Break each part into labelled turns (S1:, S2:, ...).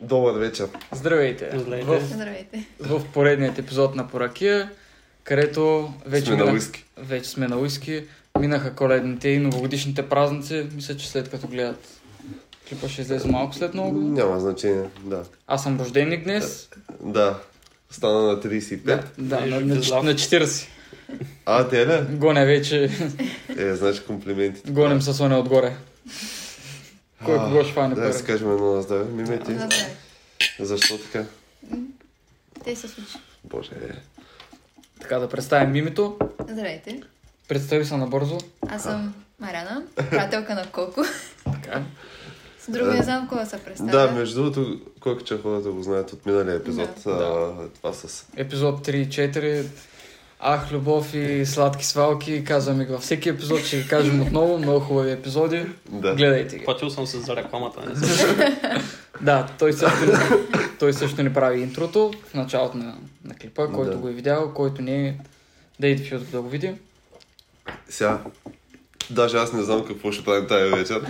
S1: Добър вечер.
S2: Здравейте!
S3: Здравейте.
S2: В,
S4: Здравейте.
S2: в поредният епизод на Поракия, където вече,
S1: Сме на
S2: мина-
S1: уиски.
S2: вече сме на уиски. Минаха коледните и новогодишните празници. Мисля, че след като гледат клипа ще излезе малко след много.
S1: Няма значение, да.
S2: Аз съм рожденик днес.
S1: Да. Стана на 35.
S2: Да,
S3: Е,
S2: на,
S3: жив
S2: на,
S3: и здрав.
S2: на 40.
S1: А, те ли?
S2: Гоня вече.
S1: Е, значи комплиментите.
S2: Гоним с Соня отгоре. Кой
S1: А,
S2: кого ще фане
S1: Да, си
S2: първи?
S1: кажем едно на здраве. Миме ти.
S4: Здравейте.
S1: Защо така?
S4: Те се случи.
S1: Боже. е.
S2: Така да представим мимито.
S4: Здравейте.
S2: Представи се набързо.
S4: Аз съм Маряна, прателка на Коко.
S1: е.
S2: Така.
S4: С друго не знам кога се представя.
S1: Да, между другото, колко че хората го знаят от миналия епизод.
S2: Да.
S1: а, Това с...
S2: Епизод 3 и 4. Ах, любов и сладки свалки. Казваме ги във всеки епизод. Ще ги кажем отново. Много хубави епизоди.
S1: Да.
S2: Гледайте ги.
S3: Платил съм се за рекламата. Не съм.
S2: Да, той също, той също не прави интрото в началото на, на клипа. Който
S1: Да.
S2: го е видял, който не е, да иде в YouTube да го види.
S1: Сега, даже аз не знам какво ще правим тази вечер.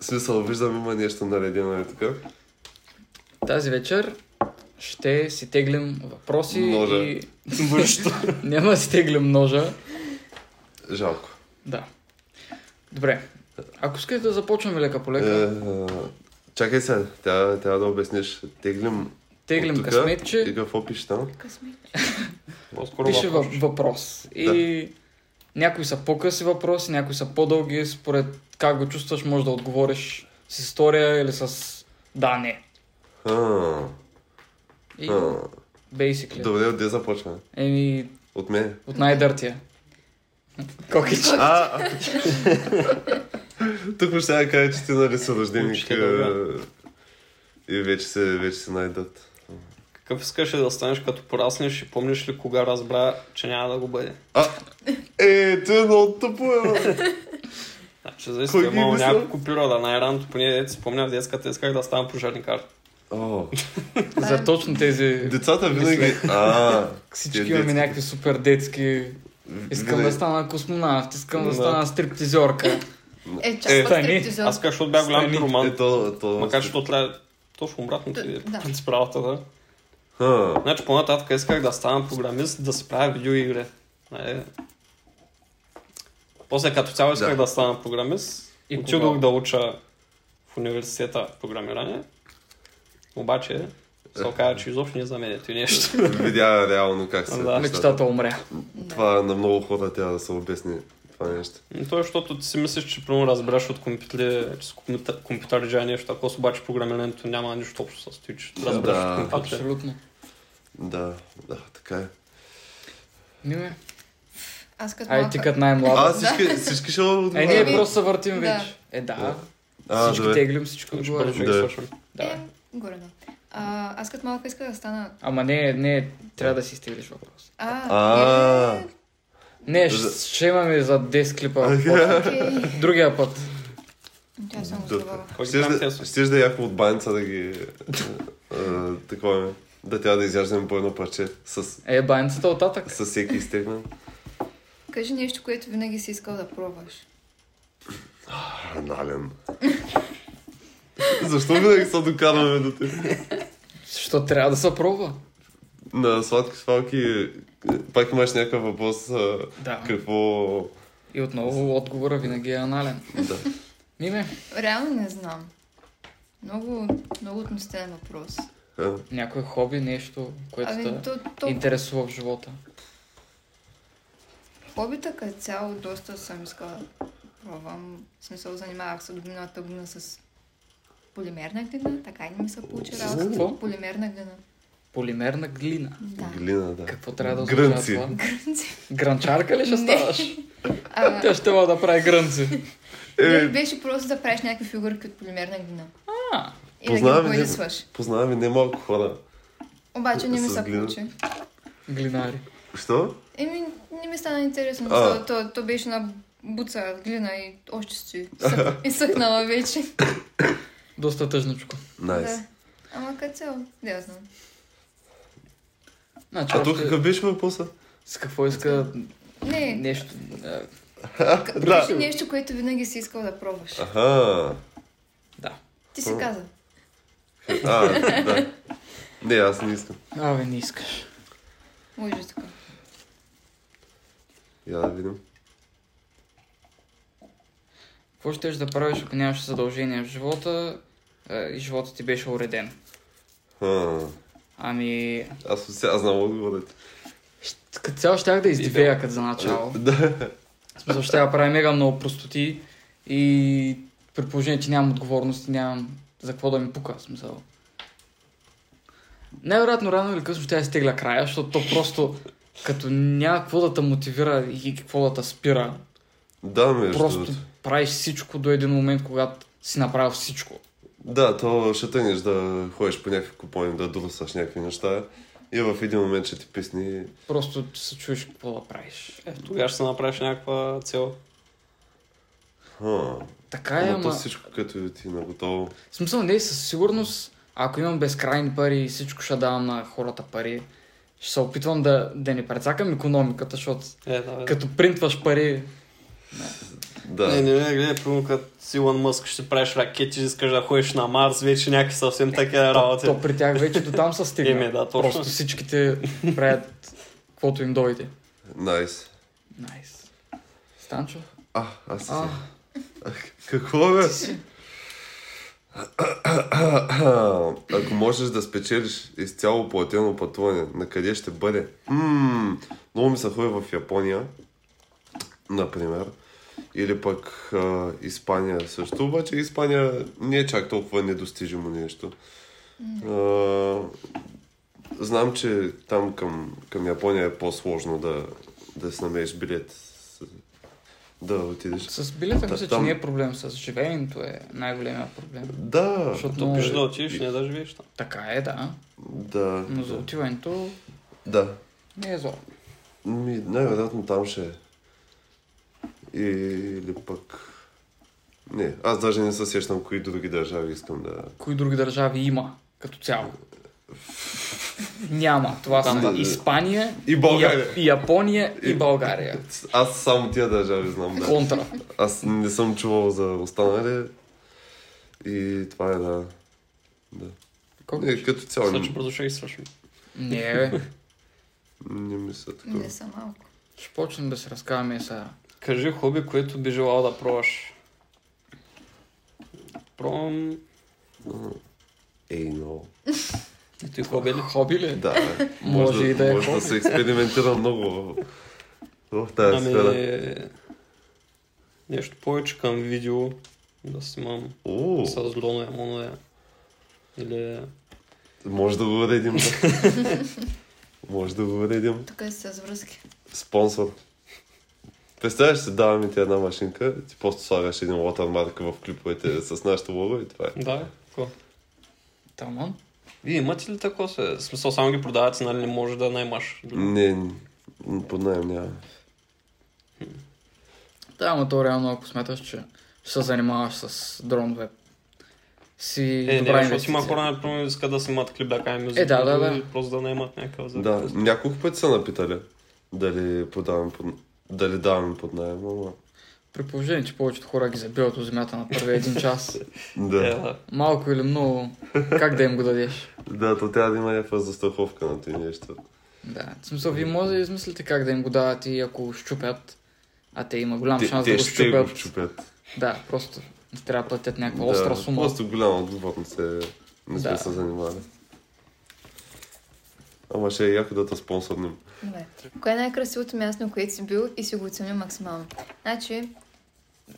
S1: В смисъл, виждам има нещо наредено е тук.
S2: Тази вечер ще си теглим въпроси
S1: Ножа.
S2: и... Няма да си теглим ножа.
S1: Жалко.
S2: Да. Добре. Ако искате да започваме лека по лека,
S1: Е, а, чакай сега, трябва, трябва да обясниш. Теглим
S2: теглим
S1: от тука И
S2: късметче,
S1: какво пише там?
S4: Късмет.
S3: По-скоро
S2: пише
S3: въпрос.
S2: въпрос. въпрос. И някои са по-къси въпроси, някои са по-дълги, според как го чувстваш, може да отговориш с история или с да, не.
S1: А,
S2: И
S1: а.
S2: basically.
S1: Добре, отде започваме?
S2: Еми,
S1: От мен.
S2: от най-дъртия. Кокич.
S1: А, а, тук ще да кажа, че ти нали си рожденик
S3: Учите добре.
S1: е, и вече се, вече се найдат.
S3: Какъв искаш ли да станеш като пораснеш и помниш ли кога разбра, че няма да го бъде?
S1: Е, ти е много тъпо, е, бе.
S3: Значи,
S1: Кой
S3: зависи,
S1: ги
S3: е имало
S1: мисля?
S3: няколко периода. Най-раното поне дете си спомня в детската, исках да ставам пожарникар.
S1: О,
S4: е-
S2: За точно тези...
S1: Децата винаги... А,
S2: е, Всички имаме някакви супер детски... Искам да стана космонавт, искам да
S3: Да.
S2: стана стриптизьорка.
S4: Е,
S1: Е,
S4: част
S2: стани.
S4: от стриптизор.
S3: Аз като бях голям
S2: Стани.
S3: пироман,
S1: Ето, Е, то...
S3: макар че то трябва точно обратно ти е по
S4: Да.
S3: принцип работа, да.
S1: Ха,
S3: Значи по-нататък исках да ставам програмист, да си правя видеоигри. Е. После като цяло исках
S1: Да.
S3: да, стана програмист.
S2: И
S3: И отидох
S2: кога?
S3: да уча в университета програмиране. Обаче се оказа, че изобщо не за мен е това нещо.
S1: видя реално как се...
S3: Да.
S1: нещата.
S2: Мечтата умря.
S1: Това е на много хора трябва да се обясни това нещо.
S3: Но То е, защото ти си мислиш, че прямо разбираш от компютри, че с компютър, компютър е нещо, ако обаче програмирането няма нищо общо с това, че разбираш
S1: Да.
S3: от компютри.
S2: Абсолютно.
S1: Да, да, така е.
S2: Миме.
S4: Аз като
S2: Ай, ти
S4: малка... Е,
S2: като най-млада.
S1: А, всички, всички ще
S2: Е, ние
S4: Ами-
S2: просто се въртим
S4: Да.
S2: вече. Е, да.
S1: А,
S2: всички
S1: добре.
S2: теглим, всичко
S3: Ще
S2: отговорим.
S3: продължи
S1: Да.
S3: да слушам.
S2: Да.
S4: Е, горе да. А, аз като малка исках да стана...
S2: Ама не, не, трябва да си стиглиш въпрос.
S4: А,
S1: А.
S4: е,
S2: Не,
S1: За-
S2: ще, ще имаме за 10 клипа.
S4: Окей.
S2: Другия път.
S4: Тя е съм го
S1: Добре.
S4: забравила.
S3: Кой ги
S1: Щеш
S3: знам
S1: да,
S3: тези?
S1: щеш да е яко от баница да ги... а, такова е. Да трябва да изяждаме по едно парче с,
S2: Е, баницата оттатък.
S1: с всеки изтегнал.
S4: Кажи нещо, което винаги си искал да пробваш.
S1: Анален. Защо винаги се докараме до теб?
S2: Защо трябва да се пробва?
S1: На сладки свалки е, пак имаш някакъв въпрос а,
S2: Да.
S1: какво...
S2: И отново отговора винаги е анален.
S1: Да.
S2: Миме,
S4: Реално не знам. Много, много относителен въпрос.
S1: А,
S2: някое хоби, нещо, което
S4: Ами,
S2: те
S4: то, то
S2: интересува в живота.
S4: Хобита като цяло е доста съм искала да пробвам. В смисъл, занимавах се до миналата година с полимерна глина. Така и не ми се получи
S2: С
S4: работа.
S2: какво?
S4: Полимерна глина.
S2: Полимерна глина.
S4: Да.
S1: Глина, да.
S2: Какво трябва да означава
S1: Грънци.
S2: това?
S4: Грънци.
S2: Гранчарка ли ще
S4: Не.
S2: ставаш?
S4: А,
S2: Тя ще мога да прави грънци.
S4: бе-
S1: Е,
S4: беше просто да правиш някакви фигурки от полимерна глина.
S2: А,
S4: И да
S1: Познавам
S4: ги
S1: един-
S4: поедисваш.
S1: познаваме немалко хора.
S4: Обаче не ми
S1: С
S4: се
S1: глина.
S4: получи.
S2: глинари.
S1: Що?
S4: Еми, не ми стана интересно.
S1: А.
S4: То, то, то беше на буца глина и още си изсъхнала вече.
S2: Доста тъжничко.
S1: Найс.
S4: Да. Ама като цяло, не я знам.
S2: Значи,
S1: А тук
S2: още-
S1: какъв беше въпроса?
S2: с какво иска
S4: Не,
S2: нещо? е,
S4: Беше е нещо, което винаги си искал да пробваш.
S1: Аха.
S2: Да.
S4: Ти си каза.
S1: А, да. Не, аз не искам.
S2: Абе, не искаш.
S4: Може така.
S1: Я да видим.
S2: Какво щеш да правиш, ако нямаш задължения в живота а, и живота ти беше уреден?
S1: А,
S2: Ами,
S1: аз от сега знам отговорът.
S2: щ- като цяло щях да издивея като за начало.
S1: Да.
S2: В смисъл, ще я правя мега много простоти и при положение, че нямам отговорности, нямам за какво да ми пука, в смисъл. Най-вероятно рано или късно ще я стегля края, защото то просто като няма какво да те мотивира и какво да те спира.
S1: Да, между
S2: Просто
S1: другото.
S2: правиш всичко до един момент, когато си направил всичко.
S1: Да, то ще тънеш да ходиш по някакви купони, да друсаш някакви неща и в един момент ще ти писни.
S2: Просто се чуеш какво да правиш.
S3: Е, тогава ще се направиш някаква цел.
S1: А,
S2: Така е,
S1: ама то
S2: ама...
S1: всичко като ти е наготово.
S2: В смисъл, не, със сигурност, ако имам безкрайни пари и всичко ще давам на хората пари, ще се опитвам да, да не прецакам економиката, защото
S3: Е, да, бе.
S2: като принтваш пари,
S1: Да.
S3: Не, не, не, гледай, примерно като с Илон Мъск ще правиш ракети, искаш да ходиш на Марс, вече някакви съвсем такива
S2: то,
S3: работи.
S2: то при тях вече до там са стигнали.
S3: Еми, да, точно.
S2: Просто всичките правят каквото им дойде.
S1: Найс.
S2: Найс. Станчо?
S1: А, аз си.
S2: А,
S1: Какво бе?
S2: ти си.
S1: Ако можеш да спечелиш изцяло платено пътуване, на къде ще бъде? Ммм, много ми се ходи в Япония, например. Или пък а, Испания също, обаче Испания не е чак толкова недостижимо нещо. А, знам, че там към, към Япония е по-сложно да, да си намериш билет, с- да отидеш.
S2: С билета
S1: Та-
S2: мисля, че
S1: там-
S2: не е проблем. С живеенето е най-големия проблем.
S1: Да,
S2: Защото
S3: То е, пише да отидеш, не да живееш там.
S2: така е, да.
S1: да,
S2: Но за отиването
S1: да.
S2: не е зло.
S1: Ми, най-вероятно там ще е. Или пък... Не, аз даже не се сещам кои други държави искам да...
S2: кои други държави има като цяло? Няма. Това
S1: Там
S2: са
S1: да-
S2: Испания,
S1: И България.
S2: и Япония и България.
S1: Аз само тия държави знам, да.
S2: Контра.
S1: Аз не съм чувал за останали. И това е да... да.
S2: Колко?
S1: Не, като цяло не,
S2: Значи-
S3: Сега, че Значи бързо ще ги свършим.
S2: Не, бе.
S1: не мисля такова.
S4: Не са малко.
S2: Ще почнем да се разкаваме сега.
S3: Кажи хоби, което би желал да пробваш. Пробвам...
S1: Ей, но...
S3: И ти хоби ли?
S2: Хоби ли?
S1: Да, бе.
S2: Може и да е
S1: Може да
S2: хоби.
S1: се експериментира много в- в тази сфера.
S3: Ами... Нещо повече към видео. Да снимам
S1: О,
S3: с дронове, монове. Или...
S1: може да го уредим. да. Може да го уредим.
S4: Тук е с връзки.
S1: спонсор. Представяш се, даваме ти една машинка, ти просто слагаш един watermark в клиповете с нашото лого и това е.
S3: Да, какво?
S2: Таман.
S3: Вие имате ли такова се? В смисъл, само ги продавате, нали не може да наймаш?
S1: Не, н- под найем няма.
S2: Да, ама то реално, ако сметаш, че ще се занимаваш с дрон веб, си
S3: Е,
S2: добра
S3: не, защото има
S2: инвестиция.
S3: хора, например, искат да снимат клип, да кажем,
S2: Е, да, да, да.
S3: и просто да наймат някакъв за...
S1: Да, няколко пъти са напитали дали подавам под, дали даваме под найем, ама...
S2: При положение, че повечето хора ги забиват от земята на първия един час.
S1: Да,
S3: Е, да.
S2: Малко или много, как да им го дадеш?
S1: да, то трябва да има някаква застраховка на тези нещо.
S2: Да, в смисъл, вие може да измислите как да им го дават и ако щупят, а те има голям
S1: Те,
S2: шанс
S1: те
S2: да го
S1: ще го
S2: щупят.
S1: чупят.
S2: Да, просто трябва да платят някаква остра сума.
S1: Просто голяма отговорност е, не сме
S2: Да.
S1: се занимавали. Ама ще е яко да те спонсорним.
S4: Добре. Кое е най-красивото място, на което си бил и си го оценил максимално? Значи,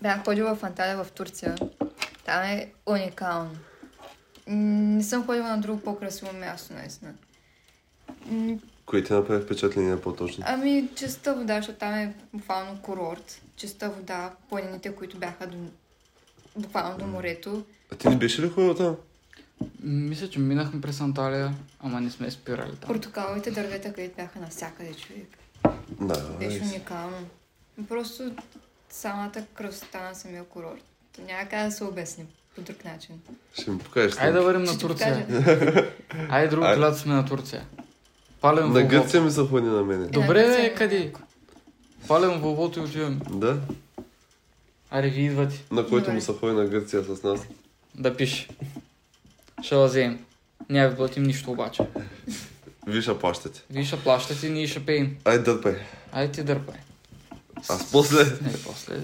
S4: бях ходила в Анталия в Турция. Там е уникално. М, Не съм ходила на друго по-красиво място, наистина. М,
S1: Кое ти направи впечатление по-точно?
S4: Ами, чиста вода, защото там е буквално курорт. Чиста вода, планините, които бяха до... буквално до морето.
S1: А ти не беше ли ходил там?
S2: Мисля, че минахме през Анталия, ама не сме спирали там.
S4: Портокаловите дървета, където бяха навсякъде, човек. Беше
S1: Nice.
S4: уникално. Просто самата красота на самия курорт. Няма как да се обясни по друг начин.
S1: Ще ми покажеш.
S2: Айде да
S1: снимки.
S2: вървим на
S4: Ще ти
S2: Турция.
S4: покажа.
S2: Айде
S1: Ай.
S2: другото лято сме на Турция. Пален
S1: На
S2: вълвото.
S1: Гърция ми се ходи на мене.
S4: Да.
S2: Добре,
S4: На Гърция
S2: бе,
S4: ми.
S2: къде? Пален вълвото и отиваме.
S1: Да?
S2: Аре, ви идвате.
S1: На който
S4: Добре.
S1: му се ходи на Гърция с нас.
S2: Да пише. Ще я вземем. Няма ви платим нищо обаче.
S1: Вие ще плащате.
S2: Вие ще плащате, ние ще пеем.
S1: Ай, дърпай.
S2: Айде ти дърпай.
S1: Аз после...
S2: Е, после.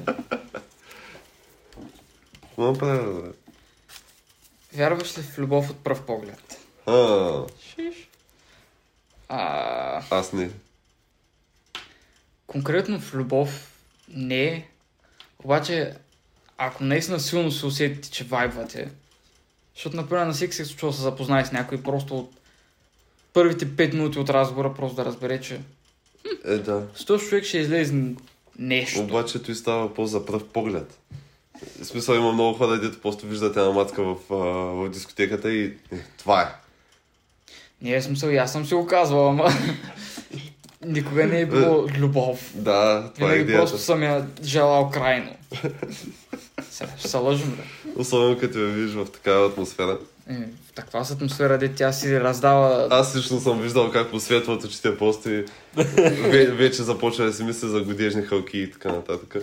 S1: Какво направя, бе?
S2: Вярваш ли в любов от пръв поглед?
S1: А,
S2: Шиш. А,
S1: аз не.
S2: конкретно в любов не. Обаче, ако наистина силно се усетите, че вайбвате, защото, например, на всеки се е случва да се запознае с някой, просто от първите 5 минути от разговора просто да разбере, че
S1: Е, да.
S2: с този човек ще излезе нещо.
S1: Обаче той става въпрос за пръв поглед. В смисъл има много хора, дето просто виждат една матка в, а, в дискотеката и е, това е.
S2: Не е смисъл, и аз съм си го казвал, ама никога не е било любов.
S1: Да, това е
S2: Винаги
S1: идеята.
S2: просто съм я желал крайно. Сега ще се лъжим, бе.
S1: Особено като я видиш в такава атмосфера.
S2: Е, в такава с атмосфера, де тя си раздава...
S1: Аз лично съм виждал как посветват очите просто и ве- вече започва да си мисля за годежни халки и така нататък.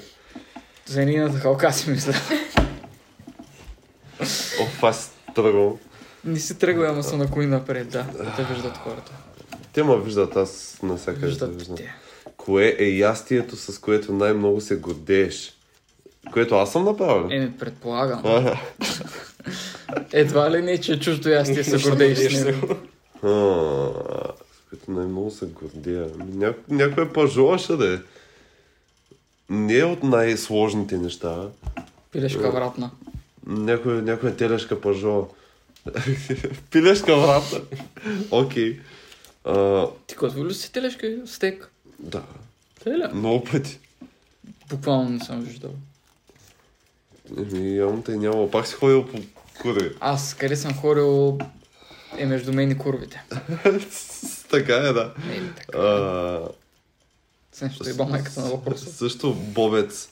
S2: За едината халка си мисля.
S1: О, това е си тръгвам.
S2: Не си тръгвай, ама съм на кои напред, да. Да те виждат хората.
S1: Те ме виждат, аз навсякъде се
S2: Виждат
S1: виждам.
S2: те.
S1: Кое е ястието, с което най-много се гордееш? Което аз съм направил.
S2: Еми, Е, предполагам.
S1: Аха.
S2: Едва ли не, че е чуждо и аз ти се гордееш с него.
S1: А, с което най-много се гордея. Ами, Няко, някоя пажоша да е. Не е от най-сложните неща.
S2: Пилешка вратна.
S1: Някоя, някоя телешка пажола. Пилешка врата. Окей. А,
S2: Ти готвил ли си телешка и стек?
S1: Да,
S2: Теля?
S1: много пъти.
S2: Буквално не съм виждал.
S1: Еми, явно те няма. Пак си ходил по кури.
S2: Аз къде съм хорил е между мен и курвите.
S1: така е, да.
S2: Еми, така.
S1: А,
S2: Съм ще ебал е майката на въпроса.
S1: Също бобец.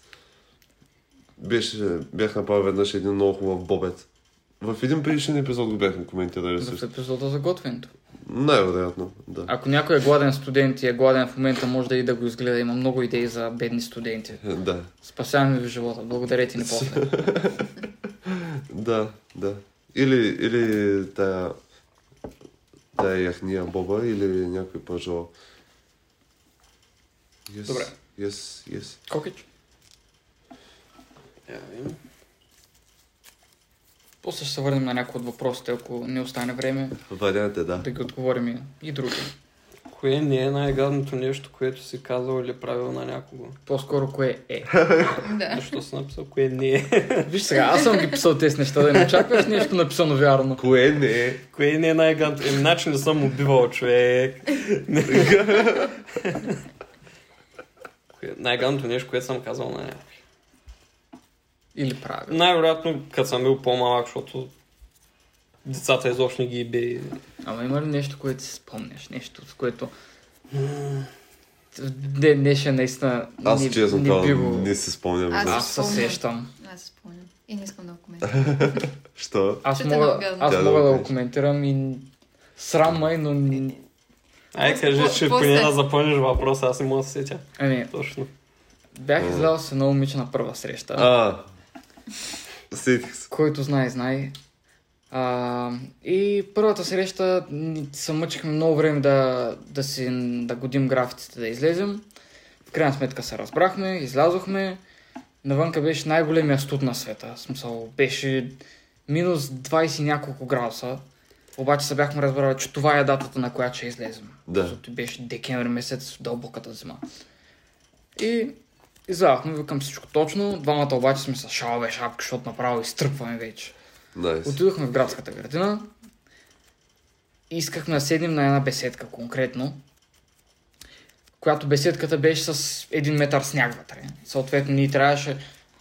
S1: Беше, бях направил веднъж един много хубав бобец. В един предишен епизод го бяхме коментирали нали,
S2: В
S1: също.
S2: епизода за готвенето.
S1: Най-вероятно, да.
S2: Ако някой е гладен студент и е гладен в момента, може да и да го изгледа. Има много идеи за бедни студенти.
S1: Е, Да,
S2: Спасяваме ви живота. Благодаря ти ни после.
S1: да, да. Или, или тая, тая яхния боба или някой пажо. Yes,
S3: Добре.
S1: Yes, yes.
S2: Кокич.
S3: Я видим.
S2: После ще се върнем на някои от въпросите, ако не остане време,
S1: Вариант е, да.
S2: да ги отговорим и, и други.
S3: Кое не е най-гадното нещо, което си казал или правил на някого?
S2: По-скоро кое е.
S4: Да.
S3: Защо си написал кое не е?
S2: Виж сега, аз съм ги писал тези неща, да не очакваш нещо написано вярно.
S1: Кое не е?
S3: Кое не е най-гадното? Еми, начин не съм убивал човек. Кое е най-гадното нещо, което съм казал на някой.
S2: Или правилно.
S3: Най-вероятно, като съм бил по-малък, защото децата изобщо не ги бе.
S2: Ама има ли нещо, което си спомняш? Нещо, с което... Не, днешен наистина
S1: Аз
S2: не,
S1: честно
S2: не би го...
S1: казвам, не си спомням.
S4: Аз-
S1: за-
S2: Аз се
S4: Спомням.
S2: сещам.
S4: Аз се спомням. И не искам да го коментирам.
S1: Що?
S2: Аз
S4: Ще те
S2: мога,
S4: наугадам.
S2: аз
S1: Да, да
S2: мога
S1: го
S2: да го
S1: кажеш.
S2: коментирам и срам ме, но... н-
S3: Ай, кажи,
S4: После-
S3: че
S4: после-
S3: поне да запълниш въпроса, аз не мога да се сетя.
S2: Ами,
S3: Точно.
S2: бях излял с едно момиче на първа среща.
S1: А, сетих се.
S2: който знае, знае. А, и първата среща ни се мъчихме много време да, да, си, да годим графиците, да излезем. В крайна сметка се разбрахме, излязохме. Навънка беше най-големия студ на света. В смисъл, беше минус 20 и няколко градуса. Обаче се бяхме разбрали, че това е датата, на която ще излезем.
S1: Да.
S2: Защото беше декември месец, дълбоката зима. И излязохме, викам всичко точно. Двамата обаче сме с шалове шапки, защото направо изтръпваме вече.
S1: Найс.
S2: Отидохме в градската градина. и Искахме да седнем на една беседка конкретно, която беседката беше с един метър сняг вътре. Съответно, ние трябваше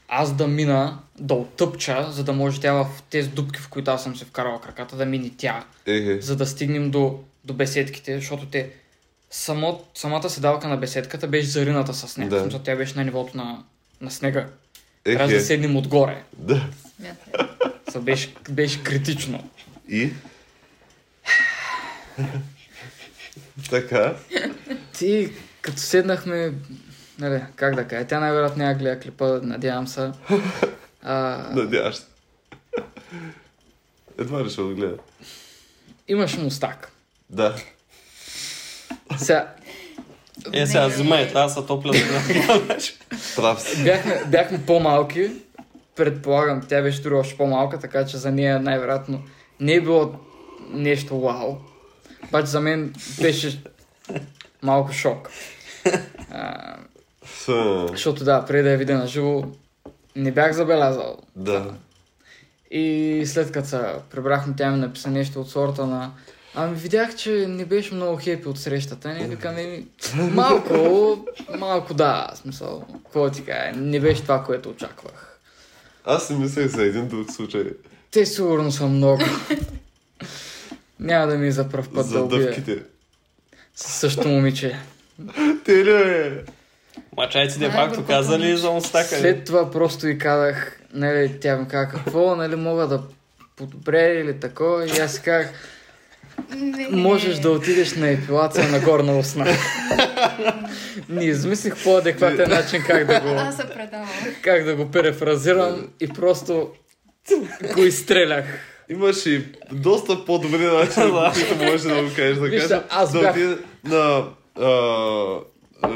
S2: аз да мина, да оттъпча, за да може тя в тези дупки, в които аз съм се вкарал краката, да мине тя
S1: Ехе.
S2: за да стигнем до, до беседките, защото те само, самата седалка на беседката беше зарината с снег.
S1: Да. е.
S2: Да. Тя беше на нивото на, на снега. Трябва да
S1: Ехе.
S2: седнем отгоре.
S1: Да.
S4: Смятай.
S2: Са, беше, беше критично.
S1: И? така.
S2: Ти, като седнахме, нали, как да кажа, тя най-вероятно няма гледа клипа, надявам се. А,
S1: Надяваш се. Едва ли ще го гледа.
S2: Имаш мустак.
S1: Да.
S2: Сега,
S3: Е, сега взимай, аз са топля да
S1: Прав си.
S2: бяхме, бяхме по-малки. Предполагам, тя беше дори още по-малка, така че за нея най-вероятно не е било нещо вау. Обаче за мен беше малко шок. А,
S1: Са.
S2: защото да, преди да я видя на живо, не бях забелязал.
S1: Да.
S2: И след като се прибрахме, тя ми написа нещо от сорта на Ами видях, че не беше много хепи от срещата, не? Викам, еми, малко, малко да, в смисъл, какво ти кажа, не беше това, което очаквах.
S1: Аз си мислех за един друг случай.
S2: Те сигурно са много. Няма да ми е за пръв път да
S1: За
S2: убия
S1: дъвките.
S2: със същото момиче.
S1: Те ли е?
S3: Мачайци де
S4: Ай,
S3: факто
S4: бъркотани.
S3: казали за мустака.
S2: След това просто и казах, нали, тя ми каза какво, нали, мога да подобря или такова, и аз си казах,
S4: Не.
S2: Можеш да отидеш на епилация на горна усна. Не измислих по-адекватен начин как да го,
S4: Аз се предавам.
S2: как да го перефразирам и просто го изстрелях.
S1: Имаш и доста по-добри начини,
S3: Да.
S1: които можеш да го кажеш. Да
S2: Вижте,
S1: кажеш,
S2: аз
S1: да
S2: бях-
S1: отиде на а, а,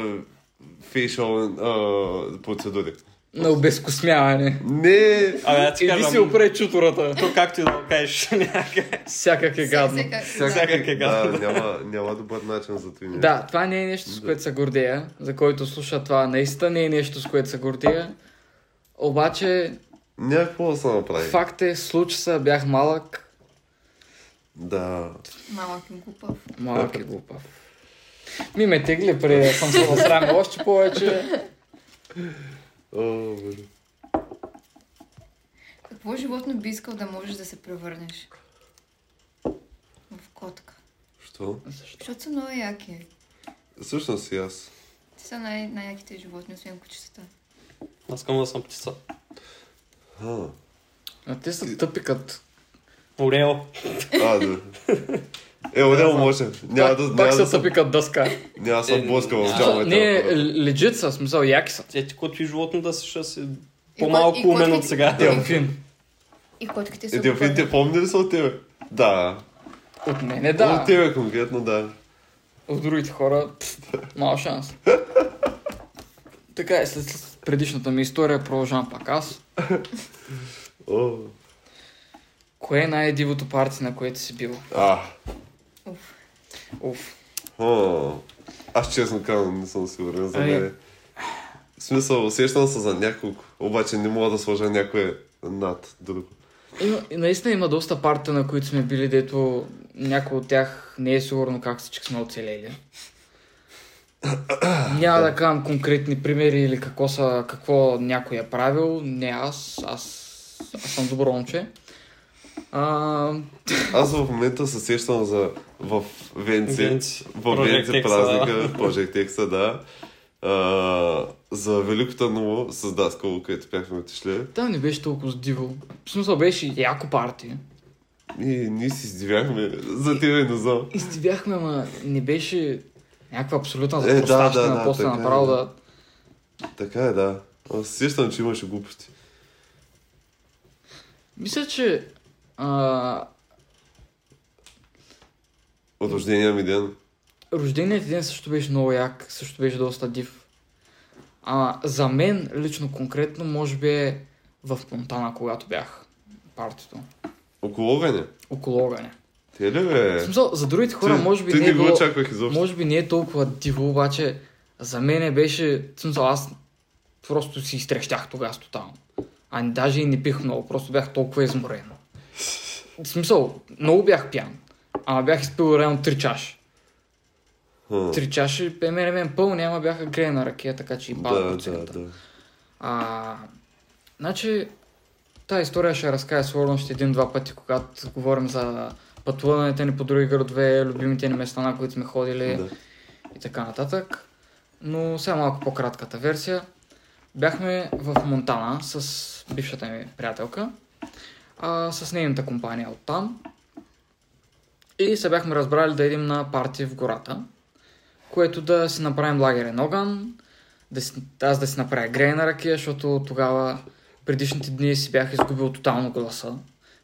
S1: facial а, процедури.
S2: На обезкосмяване.
S1: Не,
S3: Абе, аз ти
S2: Иди си
S3: кажа,
S2: опре чутурата.
S3: то както и да го кажеш някак.
S2: Всякак е гадно.
S4: Всяка-
S3: Всякак
S1: да,
S3: е гадно.
S1: няма, няма добър начин за това.
S2: Да, това не е нещо, с което се гордея. За който слуша това, наистина не е нещо, с което се гордея. Обаче,
S1: Няма какво да се направи.
S2: факт е, случи се, бях малък,
S1: Да.
S4: Малък им глупав.
S2: Малък и глупав. Ми ме тегли, преди да съм се насрамил още повече.
S1: О, боже.
S4: Какво животно би искал да можеш да се превърнеш? В котка.
S1: Що?
S4: Защото са много яки.
S1: Всъщност и аз.
S4: Те са най- най-яките животни, освен кучетата.
S3: Аз искам да съм птица.
S1: А,
S2: А те са тъпи като...
S3: Орел.
S1: а да. Е, орел може. Няма
S2: Пак,
S1: да,
S2: пак
S1: няма да
S2: са
S1: съм,
S2: тъпи като дъска.
S1: няма да съм блъскал в
S3: А,
S1: джамата. Е,
S2: Не, е, лежит са, в смисъл, яки са.
S3: Тя Е, ти каквото и животно да си, ще си
S4: И
S3: по-малко
S4: кот- и
S3: умен
S4: котките-
S3: от сега.
S2: Делфин.
S4: И котките
S1: Е,
S4: са
S1: делфините помни ли са от тебе? Да.
S2: От мене,
S1: да.
S2: да.
S1: От тебе конкретно, да.
S2: От другите хора, пф, мал шанс. Така е, след след предишната ми история продължавам пак аз.
S1: О.
S2: Кое е най-дивото парти, на което си бил?
S1: А.
S2: Уф.
S1: О. Аз честно казвам, не съм сигурен за
S2: Ами-
S1: мен. В смисъл, усещам се за няколко, обаче не мога да сложа някое над друго.
S2: Има, наистина има доста парта, на които сме били, дето някой от тях не е сигурно как всички сме оцелели. Няма да казвам конкретни примери или какво, са, какво някой е правил. Не аз, аз, аз съм добро момче. А,
S1: Аз в момента се сещам за в Венци,
S3: Венци.
S1: в
S3: Project
S1: Венци
S3: X,
S1: празника, Project X, да. А, за Великото ново с Даскало, където бяхме отишли.
S2: да, не беше толкова диво. В смисъл беше яко парти.
S1: И ние си издивяхме за тебе не знам.
S2: Издивяхме, ма не беше някаква абсолютна
S1: Е, да, да,
S2: запростащина,
S1: да,
S2: после
S1: така е,
S2: направо
S1: да.
S2: да...
S1: Така е, да. Аз се сещам, че имаше глупости.
S2: Мисля, че а,
S1: От рождения ми ден.
S2: Рожденият ден също беше много як, също беше доста див. А, за мен, лично конкретно, може би е в Монтана, когато бях партито.
S1: Около огъня.
S2: Около огъня.
S1: Те ли
S2: В
S1: бе?
S2: смисъл, за другите хора,
S1: Е. Ти-
S2: може би
S1: ти
S2: не е
S1: не го
S2: било,
S1: очаквах изобщо.
S2: може би не е толкова диво, обаче за мен е беше, в смисъл, аз просто си изтрещях тогава тотално. А даже и не пих много, просто бях толкова изморен. В смисъл, много бях пиян, ама бях изпил реално три чаши.
S1: Хм.
S2: Три чаши, мен мен пълни, ама бяха грея на ръке, така че и пада
S1: Да, да,
S2: процента.
S1: да.
S2: А, значи, тази история ще я разкажа сигурно още един-два пъти, когато говорим за пътуването ни по други градове, любимите ни места, на които сме ходили
S1: Да.
S2: и така нататък. Но сега малко по-кратката версия. Бяхме в Монтана с бившата ми приятелка, а, с нейната компания оттам. И се бяхме разбрали да идем на парти в гората, което да си направим лагерен огън, да си, аз да си направя грей на ракия, защото тогава предишните дни си бях изгубил тотално гласа.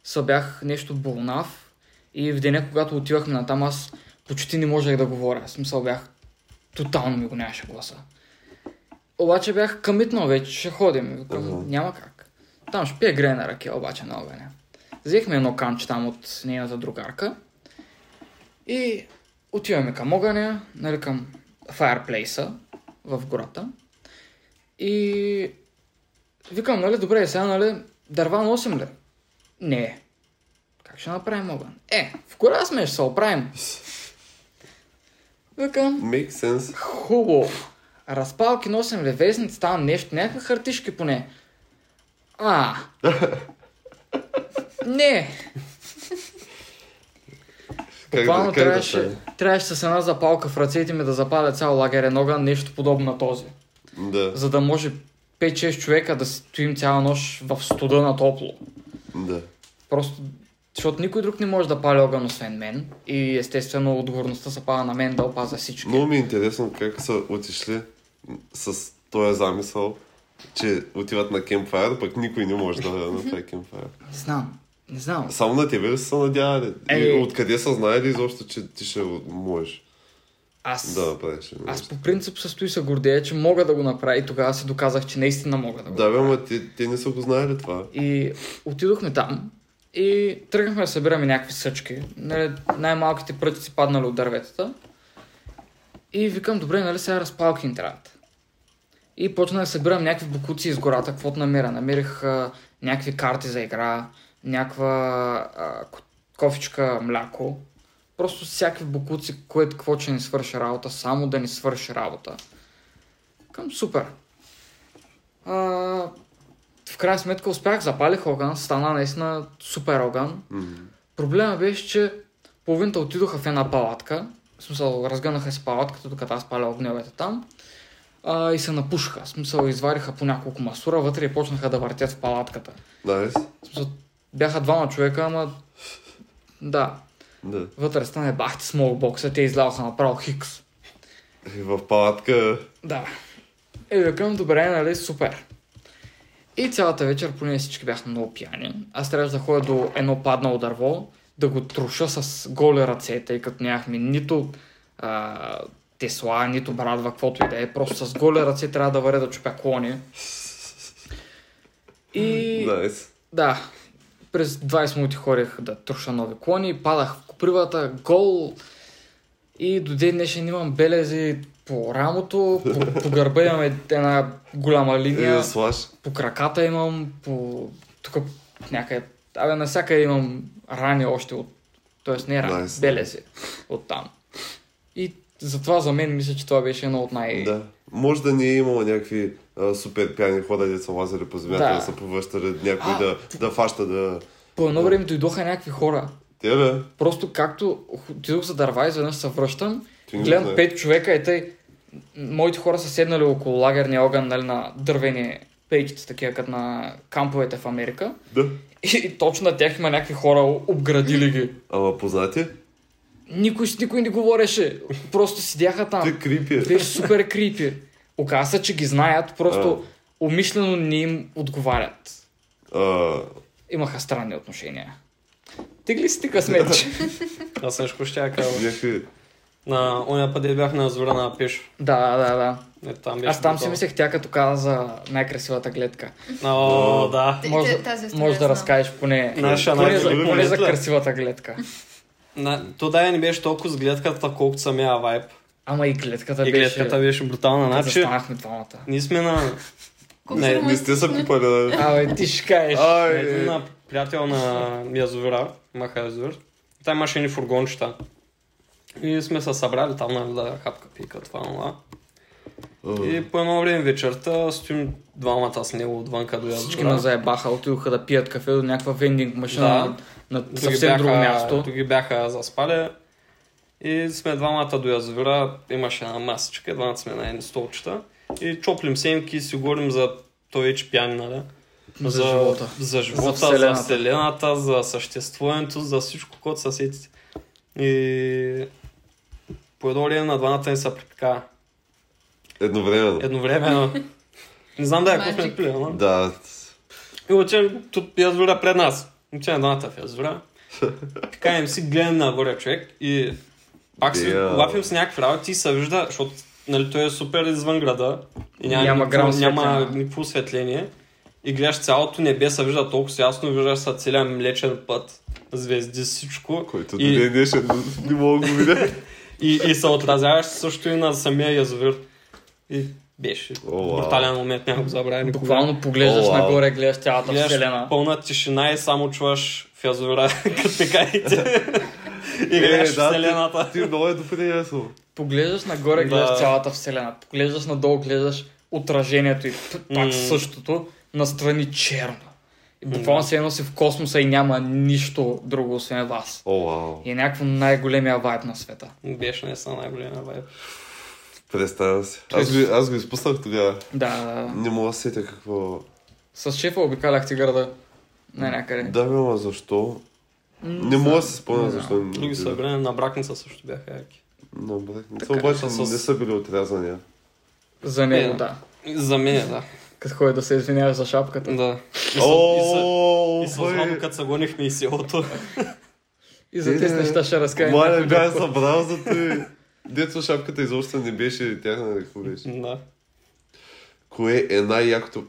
S2: са бях нещо болнав и в деня, когато отивахме на там, аз почти не можех да говоря. В смисъл бях, тотално ми го нямаше гласа. Обаче бях къмитнал вече, ще ходим. И Викам,
S1: Ага.
S2: няма как. Там ще пия грена ръке, обаче на огъня. Взехме едно канче там от нейната другарка и отиваме към огъня, нали към фаерплейса в гората. И викам, нали, добре, сега, нали, дърва носим ли? Не. Как ще направим огън? Е, в кора сме, ще се оправим. Викам,
S1: Make sense.
S2: Хубаво. Разпалки носим ли вестници, там нещо, някакви хартишки поне. А. Не.
S1: да-
S2: Буквално
S1: как да
S2: трябваше,
S1: стане?
S2: трябваше с една запалка в ръцете ми да запаля цял лагерен огън, нещо подобно на този.
S1: Да,
S2: За да може 5-6 човека да си стоим цяла нощ в студа на топло.
S1: да.
S2: Просто, защото никой друг не може да пали огън, освен мен. И естествено отговорността се пада на мен да опазя всички.
S1: Много ми е интересно как са отишли с този замисъл, че отиват на кемпфайр, пък никой не може да направи кемпфайр.
S2: Не знам. Не знам.
S1: Само на тебе ли са се надявали? И
S2: Е.
S1: откъде са знаели изобщо, че ти ще можеш
S2: Аз...
S1: да направиш едно
S2: Аз
S1: нещо?
S2: по принцип се стои се гордея, че мога да го направя и тогава се доказах, че наистина мога да го
S1: Да, бе, ама те, те не са го знаели това.
S2: И отидохме там и тръгнахме да събираме някакви съчки. Нали, най-малките пръти си паднали от дърветата. И викам, добре, нали сега разпалки ни трябват. И почнах да събирам някакви букуци из гората, каквото намира. Намерих а, някакви карти за игра, някаква а, ко- кофичка мляко. Просто всякакви букуци, което какво че ни свърши работа, само да ни свърши работа. Към супер. А, в крайна сметка успях, запалих огън, стана наистина супер огън.
S1: Мгм.
S2: Проблема беше, че половината отидоха в една палатка, в смисъл разгънаха си палатката, докато аз паля огневете там, а, и се напушаха, в смисъл извариха по няколко масура вътре и почнаха да въртят в палатката.
S1: Найс.
S2: В смисъл, бяха двама човека, ама да,
S1: Да.
S2: вътре стане бахте смолбокса, те излязоха направо хикс.
S1: И Е, в палатка...
S2: Да. И викам, добре, нали, супер. И цялата вечер, поне всички бяхме много пияни. Аз трябваше да ходя до едно паднало дърво, да го труша с голи ръце, тъй като нямахме нито а, тесла, нито брадва, каквото и да е. Просто с голи ръце трябва да варя да чупя клони. И...
S1: Найс.
S2: Да. През 20 минути хорих да труша нови клони, падах в купривата, гол и до ден днешен имам белези по рамото, по, по гърба имам ед- една голяма
S1: И
S2: линия,
S1: да Е, слаш.
S2: по краката имам, по... тук някъде... Абе, навсякъде имам рани още от... Тоест не рани,
S1: Nice.
S2: белези от там. И затова за мен мисля, че това беше едно от най...
S1: Да. Може да не е имало някакви а, супер пияни хора, де са лазили по земята, да,
S2: Да.
S1: да се повръщали, някой
S2: А,
S1: да, да фаща да...
S2: По едно време дойдоха някакви хора,
S1: Те, бе,
S2: Просто както отидох за дърва, изведнъж се връщам,
S1: Ти не
S2: гледам
S1: знаеш.
S2: пет човека и тъй. Моите хора са седнали около лагерния огън нали, на дървени пейките, такива като на камповете в Америка.
S1: да.
S2: И, точно на тях има някакви хора, обградили ги.
S1: Ама познати?
S2: Никой с никой не говореше, просто седяха там.
S1: Ти крипи.
S2: Беше супер крипи. Оказа, се, че ги знаят, просто умишлено не им отговарят.
S1: А,
S2: Имаха странни отношения. Тигли ли си ти късмет? че-
S3: Аз нещо ще я кажа.
S1: някакви...
S3: е На оня път де бях на звера на пеш.
S2: да, да, да.
S3: Е, там беше
S2: Аз там си
S3: брутално.
S2: мислех тя като каза за най-красивата гледка.
S3: О, да.
S4: Т-
S2: Може,
S4: т- тази
S2: да-
S4: история
S2: може да
S4: знам.
S2: разкажеш поне,
S3: Наша
S2: поне, за,
S3: най-любима
S2: поне за
S3: гледка.
S2: красивата гледка.
S3: На, то да не беше толкова с гледката, колкото самия вайб.
S2: Ама и гледката
S3: И
S2: беше...
S3: гледката беше брутална.
S2: като
S3: Значи,
S2: Застанахме двамата.
S3: ние сме на...
S4: Колко
S3: Не,
S4: са
S1: Не сте са купали, да.
S2: Абе, ти ще кажеш.
S3: на
S1: Ай,
S3: Е, един на приятел на язовира, Маха язовир. Там имаше едни фургончета. И сме се събрали там нали, да хапка пика това нова.
S1: а,
S3: И по едно време вечерта стоим двамата с него отвънка до
S2: Всички ме
S3: язовира.
S2: заебаха, отидоха да пият кафе до някаква вендинг машина на, на
S3: Други
S2: съвсем друго място.
S3: Други бяха заспали. И сме двамата до язовира, имаше една масичка, двамата сме на едни столчета. И чоплим семки и си говорим за той вече пиян, нали?
S2: За живота.
S3: За живота, за вселената,
S2: вселената.
S3: за, съществуването, за всичко, което се сетите. И по едно време на двамата ни се припека.
S1: Едновременно.
S3: Едновременно. Не знам да е какво сме
S4: Magic.
S3: пили, ама.
S1: Да.
S3: И отивам, тук язовира пред нас. Отивам едната в язовира. Пикаем си, гледам нагоре човек и пак си
S1: Бя.
S3: лапим с някакви работи и се вижда, защото нали, той е супер извън града и няма,
S2: Няма
S3: никакво,
S2: грам
S3: няма
S2: светлина.
S3: никакво осветление. И гледаш цялото небе, се вижда толкова ясно, виждаш са целият млечен път, звезди, всичко.
S1: Който
S3: и,
S1: до ден днешен не мога да го видя.
S3: и, и се отразяваш също и на самия язовир. И беше
S1: О, вау.
S3: брутален момент, няма го забравя никога.
S2: Буквално поглеждаш
S1: О, вау.
S2: нагоре, гледаш цялата
S3: Гледаш
S2: вселена.
S3: пълна тишина и само чуваш в язовира като пекаите. и гледаш
S1: Е, да, ти-
S3: вселената.
S1: Ти много е добре ясно.
S2: Поглеждаш нагоре,
S3: Да.
S2: гледаш цялата вселена. Поглеждаш надолу, гледаш отражението и п- пак
S3: М.
S2: същото. Настрани черно. И буквално се едно си в космоса и няма нищо друго, освен вас.
S1: О, вау.
S2: И е някакво най-големия вайб на света.
S3: Беше не е са най-големия вайб.
S1: Представям си. Аз го, аз го изпуснах тогава.
S2: Да,
S1: Не мога да се сетя какво...
S2: с шефа обикаляхте града. Не, някъде.
S1: Да, бе, ама защо?
S2: М,
S1: Не мога да
S2: знам.
S1: се спомня
S2: Не знам.
S1: защо.
S3: Други събрания на бракница също бяха яки.
S1: Но, брат, не са,
S3: Така,
S1: обаче
S3: с-
S1: не са били отрязания.
S2: За него,
S1: Е.
S3: Не.
S2: да.
S3: За мен, да.
S2: Като ходи да се извинява за шапката.
S3: да. И с- и с-
S1: О,
S3: И с
S1: кой-
S3: Владо, като се гонихме и селото.
S2: И за тези
S1: Е,
S2: неща ще разкажем.
S1: Мале,
S2: някой
S1: бях
S2: друг път.
S1: събрал за той. Дето шапката изобщо не беше тяхна, не какво беше.
S3: да.
S1: Кое е най-якото...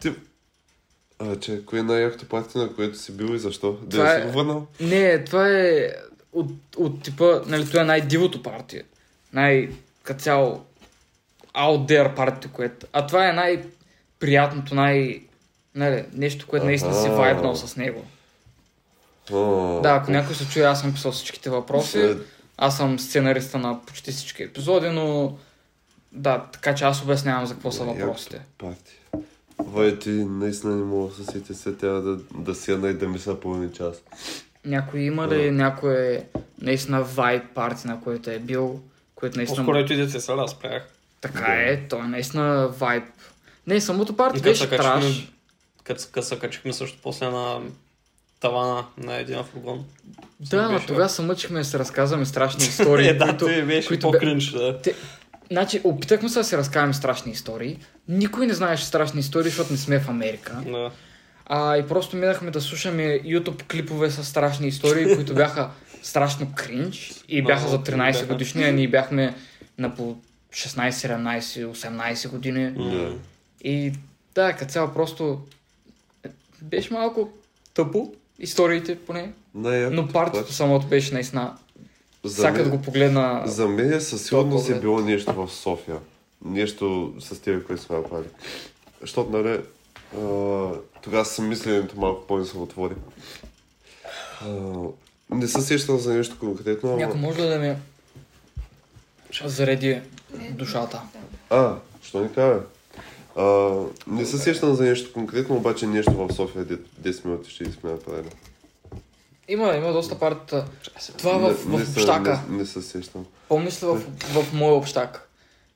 S1: Ти... А, че, кое е най-якото парти, на което си бил и защо?
S2: Това
S1: Да
S2: е-
S1: си го върнал?
S2: Не, това е от, от типа, нали, това е най-дивото парти. Най, като цяло, out there парти, което. А това е най-приятното, най... Нали, нещо, което наистина си
S1: Аха.
S2: вайбнал с него.
S1: О,
S2: Да, ако някой се чуе, аз съм писал всичките въпроси.
S1: след-
S2: Аз съм сценариста на почти всички епизоди, но... Да, така че аз обяснявам за какво са
S1: Най-якото
S2: въпросите.
S1: Парти. Вай, ти наистина не мога да се сетя, се трябва да, да си яна и да мисля половин час.
S2: Някой има ли някое наистина вайб парти, на което е бил, което наистина...
S3: По-скоро е ето и дете се разправях.
S2: Така е, то е наистина вайб. Не, самото парти
S3: Като се
S2: беше
S3: качихме,
S2: траш.
S3: като се- като се качихме също после на тавана на един фургон.
S2: Да, но
S3: беше-
S2: тогава се мъчихме да се разказваме страшни истории.
S3: Е, да,
S2: които...
S3: той беше
S2: които бе-
S3: по-кринч, да.
S2: Те... Значи, опитахме се да си разказваме страшни истории. Никой не знаеше страшни истории, защото не сме в Америка.
S3: Да.
S2: А, и просто минахме да слушаме YouTube клипове с страшни истории, които бяха страшно кринч и бяха за 13 годишни, а ние бяхме на по 16, 17, 18 години.
S1: Да.
S2: И да, като цяло просто е, беше малко тъпо, историите поне,
S1: Най-якото
S2: но партито
S1: парти.
S2: самото беше наистина.
S1: За
S2: Всяка
S1: мен-
S2: да го погледна.
S1: За мен е със сигурност е
S2: поглед.
S1: било нещо в София. Нещо с тебе, което сме направили. Защото, нали, а, тогава съм мисленето малко по-не се отвори. А, не се сещам за нещо конкретно, ама...
S2: Някой може ли да ми зареди душата?
S1: А, що не кажа? А, не се сещам за нещо конкретно, обаче нещо в София, де, 10 минути ще сме направили. Има,
S2: има доста партията. Това
S1: Не-
S2: в, в
S1: не се-
S2: общака.
S1: Не, не се сещам.
S2: Помниш ли в, в моя общак?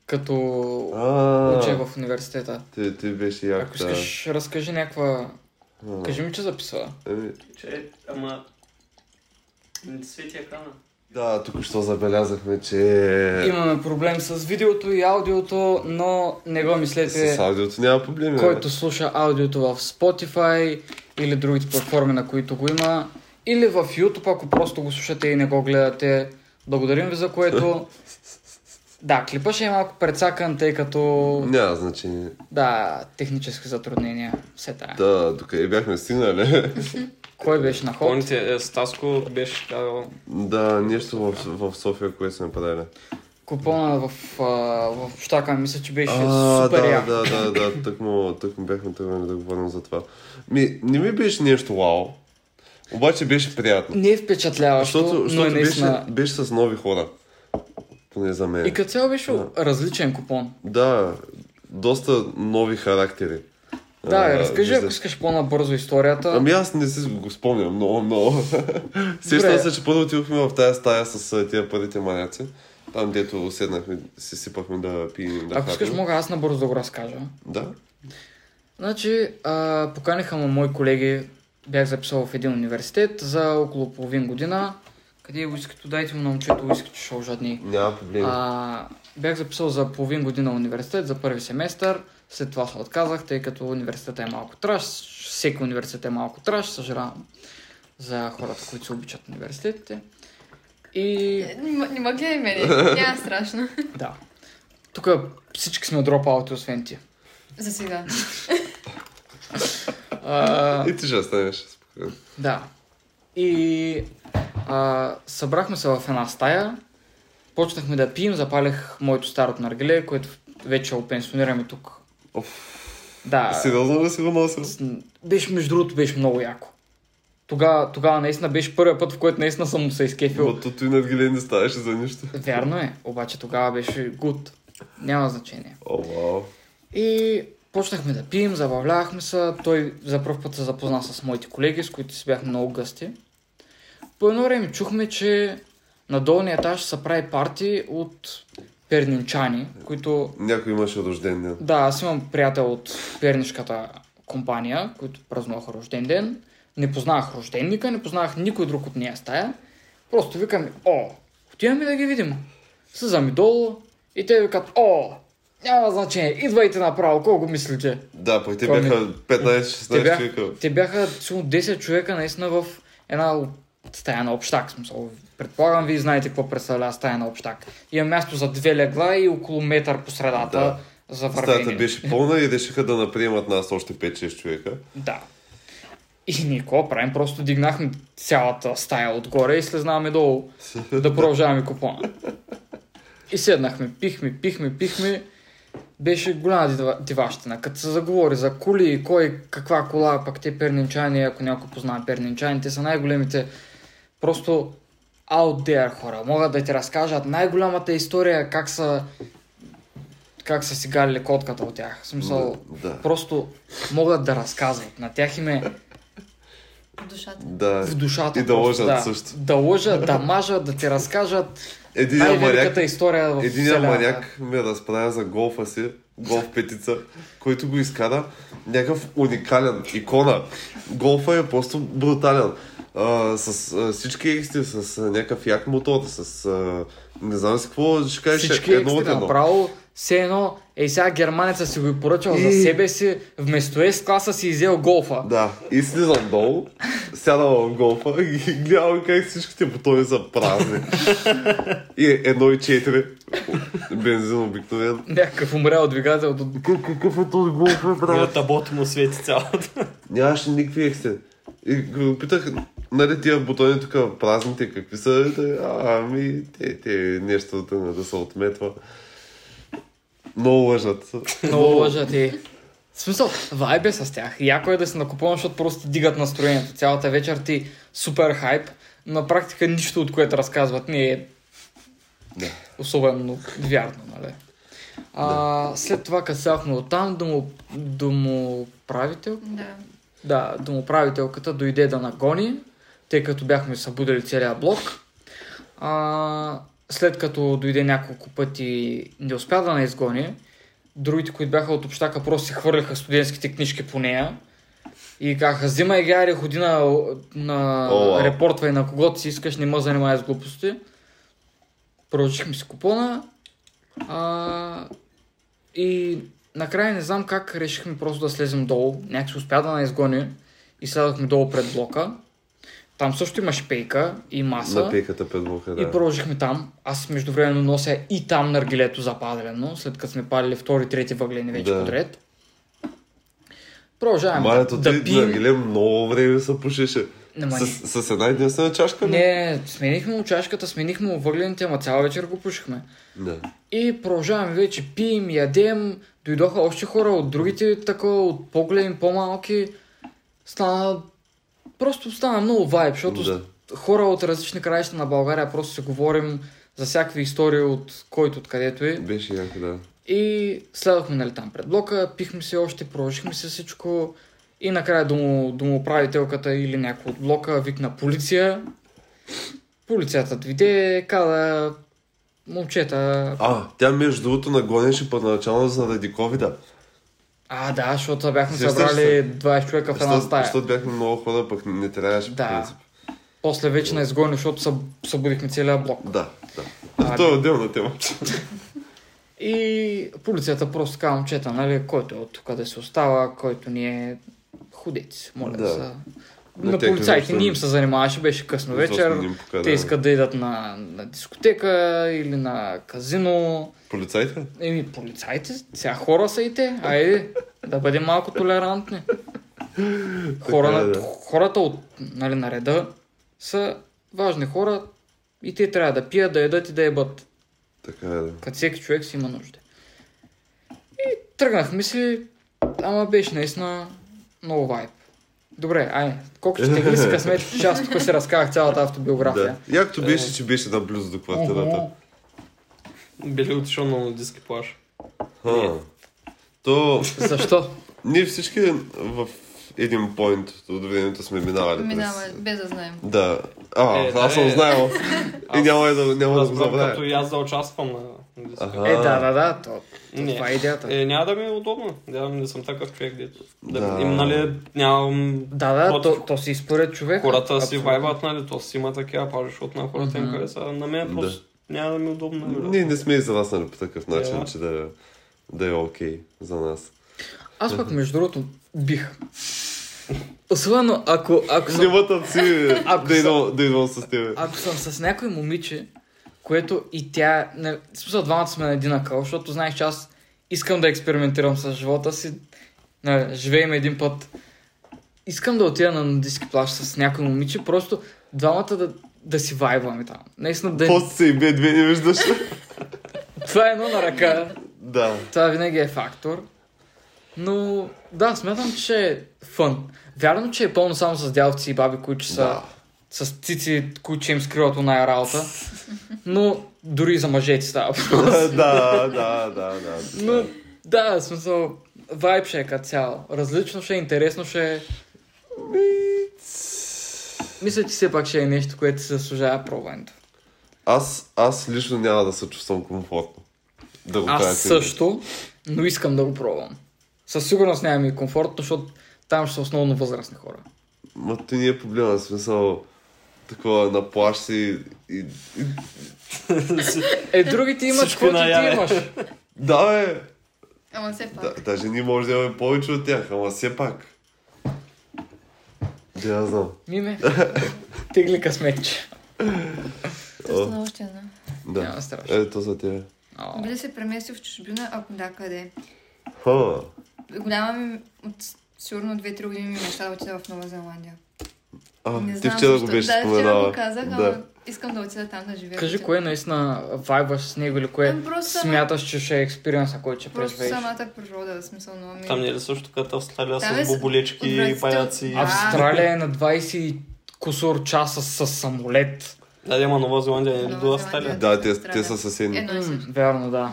S2: Като
S1: А,
S2: учех в университета.
S1: ти, ти беше як,
S2: Ако искаш, разкажи някаква...
S1: А.
S2: Кажи ми, че записва.
S1: Еми,
S3: Че, ама... Не свети екрана.
S1: Да, тук що забелязахме, че
S2: Имаме проблем с видеото и аудиото, но не го мислете.
S1: с аудиото няма проблеми. нали?
S2: Е, който слуша аудиото в Spotify или другите платформи, на които го има, или в YouTube, ако просто го слушате и не го гледате. Благодарим ви за което. Да, клипа ще е малко прецакан, тъй като
S1: Няма значение.
S2: да, технически затруднения, все тая.
S1: Да, докъде бяхме стигнали.
S2: Кой беше на ход?
S3: Помните, е, Стаско беше казал...
S1: да, нещо в, в София, което сме правили.
S2: Купона в, а, в щака, мисля, че беше
S1: А,
S2: супер
S1: да,
S2: як.
S1: да, да, да, тък му, тък му бяхме тръгнали да говорим за това. Ми, не ми беше нещо вау, обаче беше приятно.
S2: Не е впечатляващо,
S1: Защото,
S2: но е
S1: защото
S2: наистина.
S1: беше, беше с нови хора. Поне за мен.
S2: И като цяло беше различен купон.
S1: Да, доста нови характери.
S2: Да,
S1: А,
S2: разкажи, ако
S1: виждаш.
S2: искаш по-набързо историята.
S1: Ами аз не си го спомням много, много. Сещам се, че първо отидохме в тази стая с а, тия първите маняци. Там, дето седнахме, си сипахме да пием, да
S2: Ако искаш,
S1: хапим.
S2: мога аз набързо да го разкажа.
S1: Да.
S2: Значи, а, поканиха му мои колеги, бях записал в един университет за около половин година. Къде е уискито? Дайте му на момчето уискито, ще жадни.
S1: Няма проблем.
S2: А, бях записал за половин година университет, за първи семестър. След това се отказах, тъй като университетът е малко траш. Всеки университет е малко траш, съжалявам за хората, които се обичат университетите. И
S4: Е, Не, м- не мъгли и мене. Няма страшно.
S2: да. Тук всички сме дропаути, освен ти.
S4: За сега.
S2: А,
S1: И ти ще останеш спокойно.
S2: Да. И а, събрахме се в една стая, почнахме да пием, запалих моето старото наргиле, което вече опенсионираме тук.
S1: Оф.
S2: Да,
S1: Сериозно ли си го носил?
S2: с- беше, между другото, беше много яко. Тогава, тогава наистина беше първият път, в който наистина съм му се изкефил.
S1: Ма тото и над гилен не ставаше за нищо.
S2: Вярно е, обаче тогава беше гуд. Няма значение.
S1: О, вау.
S2: И почнахме да пием, забавлявахме се. Той за първ път се запозна с моите колеги, с които си бяхме много гъсти. По едно време чухме, че на долния етаж се прави парти от пернинчани, които...
S1: Някой имаше рожден ден.
S2: Да, аз имам приятел от пернишката компания, които празнуваха рожден ден. Не познавах рожденника, не познавах никой друг от нея стая. Просто викам, о, отиваме да ги видим. Слизам и долу и те викат, о, няма значение, идвайте направо, колко мислите.
S1: Да, пък те
S2: Това ми-
S1: бяха
S2: Те
S1: 15-16
S2: бяха,
S1: човека.
S2: те бяха сигурно 10 човека наистина в една стая на общак. в Смисъл. Предполагам, вие знаете какво представлява стая на общак. Има място за две легла и около метър по средата
S1: Да.
S2: за
S1: Стаята
S2: вървение.
S1: беше пълна и решиха да наприемат нас още 5-6 човека.
S2: Да. И ние какво правим? Просто дигнахме цялата стая отгоре и слезнаваме долу да продължаваме купона. И седнахме, пихме, пихме, пихме. Беше голяма дива- диващина. Като се заговори за коли и кой каква кола, пак те пернинчани, ако някой познава пернинчани, те са най-големите просто out there хора. Могат да ти разкажат най-голямата история как са как са си галили котката от тях. В смисъл,
S1: Да.
S2: просто могат да разказват. На тях им е
S4: В Душата.
S1: Да.
S2: в душата.
S1: И да
S2: просто,
S1: лъжат
S2: да,
S1: също.
S2: Да лъжат, да мажат, да ти разкажат
S1: Единия
S2: най-великата
S1: моряк
S2: история в
S1: Единият
S2: вселената.
S1: маняк ме разправя за голфа си, голф петица, който го изкара някакъв уникален икона. Голфа е просто брутален. А, с а, всички ексти, с а, някакъв як мотор, с а, не знам си какво ще кажеш,
S2: Всички
S1: едно от
S2: екстрена
S1: едно.
S2: направо, все едно, ей сега германеца си го и поръчал
S1: И-
S2: за себе си, вместо S класа си изел голфа.
S1: Да, и слизам долу, сядам в голфа и гледам как всичките бутони са празни. и едно и четири. Бензин обикновен.
S2: Някакъв умрял двигател до...
S1: Как- Какъв е този голф, бе, брат?
S3: Да. Табото му свети цялата.
S1: Нямаше никакви ексте. И го питах, нали тия бутони тук празните, какви са? И той, А, ами, те, те нещо да, да се отметва. Много
S2: Е,
S1: лъжат.
S2: Много лъжат и... В смисъл, вайб е с тях. Яко е да се накупувам, защото просто ти дигат настроението. Цялата вечер ти супер хайп. На практика нищо от което разказват не е
S1: Да.
S2: особено вярно, нали? А, след това касахме оттам, домо, домоправител,
S4: Да.
S2: да, домоправителката дойде да нагони, тъй като бяхме събудили целият блок. А, след като дойде няколко пъти не успя да не изгони, другите, които бяха от общака, просто си хвърляха студентските книжки по нея и казаха, взимай Гари, ходи на, на
S1: О, вау.
S2: репортвай на когото си искаш, не ме занимай с глупости. Продължихме си купона а, и накрая не знам как решихме просто да слезем долу. Някакси успя да не изгони и слязахме долу пред блока. Там също имаше пейка и маса.
S1: На пеката пред муха,
S2: И
S1: да.
S2: продължихме там. Аз междувременно нося и там наргилето запалено, след като сме палили втори, трети въглени вече
S1: Да.
S2: подред. Продължаваме
S1: Малето
S2: да,
S1: ти
S2: да
S1: на
S2: пием.
S1: гиле много време се пушеше.
S2: Нема не.
S1: С, с една единствена чашка? ли?
S2: Не, сменихме му чашката, сменихме му въглените, ама цяла вечер го пушихме.
S1: Да.
S2: И продължаваме вече, пием, ядем, дойдоха още хора от другите, така, от по-големи, по-малки. Стана... Просто стана много вайб, защото
S1: Да.
S2: хора от различни краища на България просто си говорим за всякакви истории от който, откъдето е.
S1: Беше яко, да.
S2: И следвахме нали, там пред блока, пихме се още, продължихме се всичко. И накрая домо, домоуправителката или някой от блока викна полиция. Полицията дойде, каза момчета.
S1: А, тя между другото нагонеше първоначално заради ковида.
S2: А, да, защото бяхме
S1: Сещаш
S2: събрали
S1: се?
S2: 20 човека в една
S1: Защото
S2: стая.
S1: защото бяхме много хора, пък не трябваше по
S2: Да.
S1: принцип.
S2: После вече на изгони, защото съб- събудихме целия блок.
S1: Да, да.
S2: А,
S1: Това е отделна тема.
S2: И полицията просто казва момчета, нали, който е от тук да се остава, който ни е худец, моля да.
S1: Да.
S2: са.
S1: На
S2: На
S1: тях
S2: полицайите
S1: изобщо-
S2: не им се занимаваше, беше късно
S1: Изобщо не
S2: вечер.
S1: им показва.
S2: Те искат да идат на, на дискотека или на казино.
S1: Полицайите?
S2: Еми, полицайите, сега хора са и те. Айде, да бъдем малко толерантни. Хора,
S1: Така е,
S2: на,
S1: да.
S2: хората от нали, на реда са важни хора и те трябва да пият, да ядат и да ебат.
S1: Така е, да.
S2: Като всеки човек си има нужда. И тръгнахме си, ама беше наистина много вайб. Добре, ай, колко ще тегли си късмет, че аз тук се разказах цялата автобиография.
S1: да.
S2: Е.
S1: Якото беше, че беше на близо до квартирата.
S3: Били отишъл на нудиски плаж.
S1: Ха. То
S2: Защо?
S1: ние всички в един поинт от времето сме минавали.
S4: Минава,
S1: През...
S4: без да знаем.
S1: Да. А,
S3: Е,
S1: е, аз
S3: да, е.
S1: съм знаел. И няма да, няма да го
S3: Разбрах, като
S1: забравя.
S3: и аз да участвам на нудиски.
S1: Аха.
S2: Е, да, да, да, то, то
S3: Не.
S2: това е идеята.
S3: Е, няма да ми е удобно. Няма, не съм такъв човек, дето. Да.
S1: Да.
S3: Им, нали, нямам...
S2: Да, да,
S3: против
S2: то, то си според човека.
S3: Хората си
S2: Абсолютно.
S3: вайбат, нали, то си има такива пажи, защото на хората им
S2: Мгм.
S3: хареса. На мен просто няма да ми е удобно. нали.
S1: Ние не сме израснали по такъв начин,
S3: Да.
S1: че да, да е окей за нас.
S2: Аз пък, между другото, бих. Особено ако, ако, съм,
S1: Снимата си
S2: Ако
S1: да
S2: са-
S1: идвам, да идвам с тебе.
S2: ако съм с някой момиче, което и тя... Не, в смисъл, двамата сме на един акъл, защото знаеш, че аз искам да експериментирам с живота си. Не, живеем един път. Искам да отида на нудистски плаж с някой момиче, просто двамата да, да си вайбваме там. Наистина да...
S1: После се и бе две, не виждаш.
S2: Това е едно на ръка.
S1: да.
S2: Това винаги е фактор. Но да, смятам, че е фън. Вярно, че е пълно само с дядовци и баби, които са
S1: Да.
S2: с цици, които ще им скриват оная работа. Но дори и за мъжете става. въпрос.
S1: да, да, да, да.
S2: Но да, в смисъл, вайб ще е като цяло. Различно ще е, интересно ще е. Мисля, че все пак ще е нещо, което се заслужава пробването.
S1: Аз, аз лично няма да се чувствам комфортно. Да го кажа
S2: Аз
S1: сериозно.
S2: също, но искам да го пробвам. Със сигурност няма ми е комфортно, защото там ще са основно възрастни хора.
S1: Ма ти не е проблема, в смисъл такова на плаш си и... и...
S2: Е, другите имат,
S3: Всичко
S2: каквото и ти
S3: наяве.
S2: имаш.
S1: Да, бе!
S4: Ама все пак.
S1: Да, даже ние може да имаме повече от тях, ама все пак. Да, аз знам.
S2: Миме, тегли късметче.
S4: Тъща на още една.
S2: Няма
S1: Да.
S2: страшно.
S1: Ето за тебе.
S2: О,
S4: Би ли се преместил в чужбина, ако да, къде?
S1: Ха.
S4: Голяма ми от сигурно 2-3 години ми мечта да отида в Нова Зеландия.
S1: А,
S4: не
S1: ти
S4: знам
S1: вчера
S4: защо.
S1: го беше
S4: да, вчера
S1: споменала.
S4: го казах, ама
S1: Да.
S4: искам да отида там да живея.
S2: Кажи,
S4: Отида.
S2: кое наистина вайбваш с него или кое
S4: Ами просто сама-
S2: смяташ, че ще е експириенса, който ще
S4: Просто
S2: преживееш?
S4: самата природа, в смисъл много ми...
S3: Там не е ли също като Австралия
S4: Там е
S3: с
S4: с-
S3: боболечки и
S4: отвратително.
S3: паяци?
S4: А,
S2: Австралия е на 20 кусор часа с самолет.
S3: Да, да, ама Нова Зеландия не е ли
S4: Нова
S3: до Австралия?
S4: Зеландия.
S1: Да, те,
S4: Австралия.
S1: те са съседни.
S4: Едно и
S2: М,
S4: също.
S2: Вярно, да.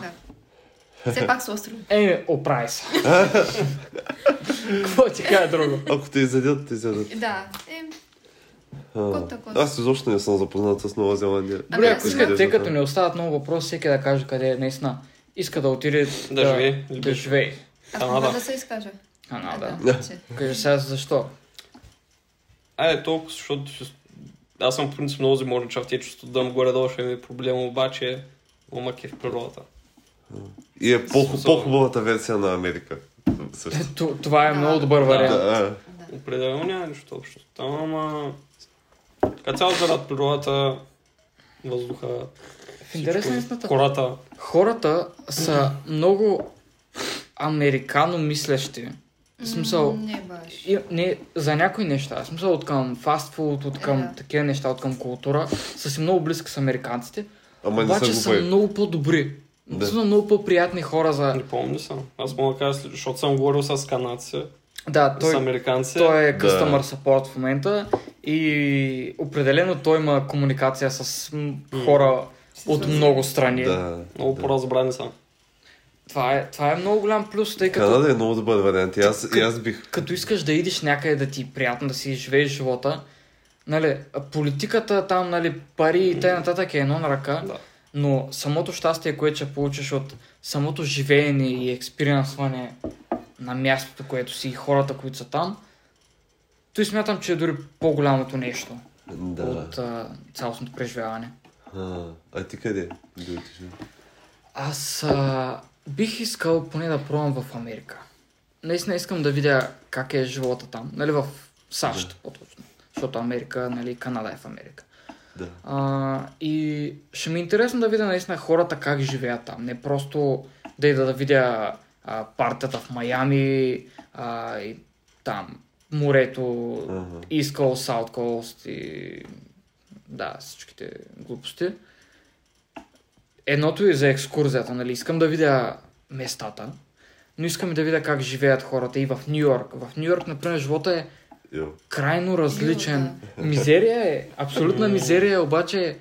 S4: Да. Все пак с остров.
S2: Е, оправи се. Какво ти кажа друго?
S1: Ако те изядат, те изядат.
S4: Да. Е,
S1: А.
S4: Кота, кота.
S1: Аз изобщо не съм запознат с Нова Зеландия.
S4: Ами
S2: Добре,
S4: аз
S2: ако
S4: съм-
S2: искате, тъй
S1: изглежда
S2: като
S1: там.
S2: не остават много въпроси, всеки да каже къде е наистина. Иска да отиде
S3: Да живее.
S2: Да живее.
S4: ако
S3: Канада.
S4: мога да се изкажа.
S2: А, да.
S4: Да, значи. че.
S2: Кажи сега защо.
S3: Айде Е, толкова, защото ще- аз съм по принцип много зиморничав, тия чувство дъм горе-долу ще ми е проблем, обаче ломък е в природата.
S1: И е по-
S3: Особено.
S1: по-хубавата версия на Америка. Също.
S2: Е, т- Това е
S4: Да.
S2: много добър
S3: Да.
S2: вариант.
S1: Да,
S4: Да.
S3: Определено няма нищо общо. Там, ама... Като цяло заради природата, въздуха,
S2: В интерес на истината,
S3: хората.
S2: хората са много американо мислещи. В смисъл,
S4: М, Не баш.
S2: и, не, за някои неща, в смисъл от към фастфуд, от към
S4: Е, Да.
S2: такива неща, от към култура, са си много близки с американците,
S1: ама не
S2: обаче
S1: са
S2: са
S1: глупави.
S2: много по-добри.
S1: Да.
S2: Са много по-приятни хора за...
S3: Не помня съм. Аз мога да кажа, след- защото съм говорил с канадци,
S2: Да,
S3: с
S2: той,
S3: американци.
S2: Той е
S1: Да.
S2: customer support в момента и определено той има комуникация с м, хора от много страни.
S1: Да.
S3: Много по-разбрани са.
S2: Това, е, това е много голям плюс, тъй като,
S1: Канада е много добър вариант. И аз, и аз бих.
S2: като искаш да идиш някъде да ти е приятно, да си живееш живота, нали, а политиката там, нали, пари и т.н. е едно на ръка,
S3: Да.
S2: но самото щастие, което ще получиш от самото живеене и експириенсване на мястото, което си и хората, които са там, той смятам, че е дори по-голямото нещо.
S1: Да.
S2: от а, цялостното преживяване.
S1: А, а ти къде? Да отиш, да.
S2: Аз а, бих искал поне да пробвам в Америка. Наистина искам да видя как е живота там. Нали, в САЩ, по-точно. Защото Америка, нали, Канада е в Америка.
S1: Да.
S2: А, и ще ми е интересно да видя наистина хората как живеят там. Не просто да ида да видя а, партията в Майами а, и там морето,
S1: Ага.
S2: East Coast, South Coast и да, всичките глупости. Едното е за екскурзията, нали? Искам да видя местата, но искам и да видя как живеят хората и в Нью Йорк. В Нью Йорк, например, живота е
S1: Йо.
S2: крайно различен. Мизерия е, абсолютна мизерия е, обаче е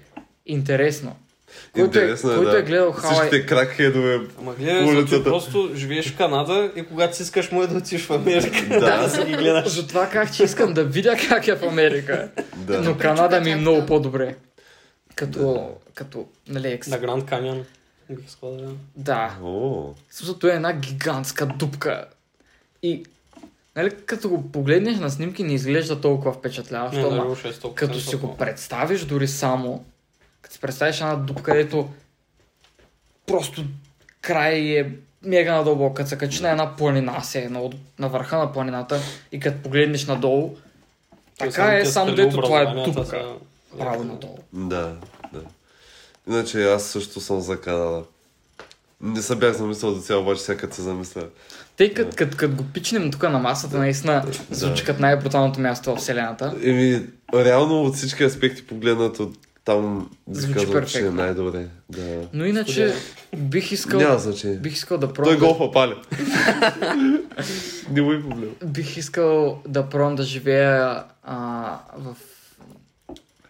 S2: интересно. Който е,
S1: Интересно е,
S2: който
S1: да.
S2: е гледал Хауай...
S1: Всичките кракхедове.
S3: Ама
S1: По
S3: гледай, защото
S1: улицата.
S3: просто живееш в Канада и когато си искаш, може да отидеш в Америка.
S1: Да.
S3: да си ги гледаш.
S2: За това как че искам да видя как е в Америка.
S1: Да.
S2: Но Канада ми е
S4: Чакам.
S2: много по-добре. Като, като, нали, екс...
S3: На Гранд Каньон. Бих искал да видя.
S2: Да.
S1: О,
S2: Смисъл, той е една гигантска дупка. И, нали, като го погледнеш на снимки, не изглежда толкова
S3: Не,
S2: впечатляващо,
S3: нали,
S2: ама
S3: още е 100%
S2: като си го
S3: толкова.
S2: представиш дори само, като си представиш една дупка, където просто край е мега надълбоко, като се качи на една планина, се едно от- на върха на планината и като погледнеш надолу,
S3: Той
S2: така е,
S3: те
S2: само
S3: стрели
S2: дето това е
S3: образованията
S2: дупка.
S3: за-
S2: право надолу.
S1: да, да. Иначе аз също съм за Канада. Не се бях замислял до сега, обаче сега като се замисля.
S2: Тъй като като, като го пичнем тук на масата, наистина звучи като най-бруталното място в Вселената.
S1: Еми, реално от всички аспекти погледнато там би
S2: Звучи
S1: казал, че е
S2: перфектно.
S1: най-добре. Да.
S2: Но иначе бих искал,
S1: Няма значение.
S2: бих искал да пробвам.
S1: Той е голфа пали. Не му е проблем.
S2: Бих искал да пробвам да живея а, в...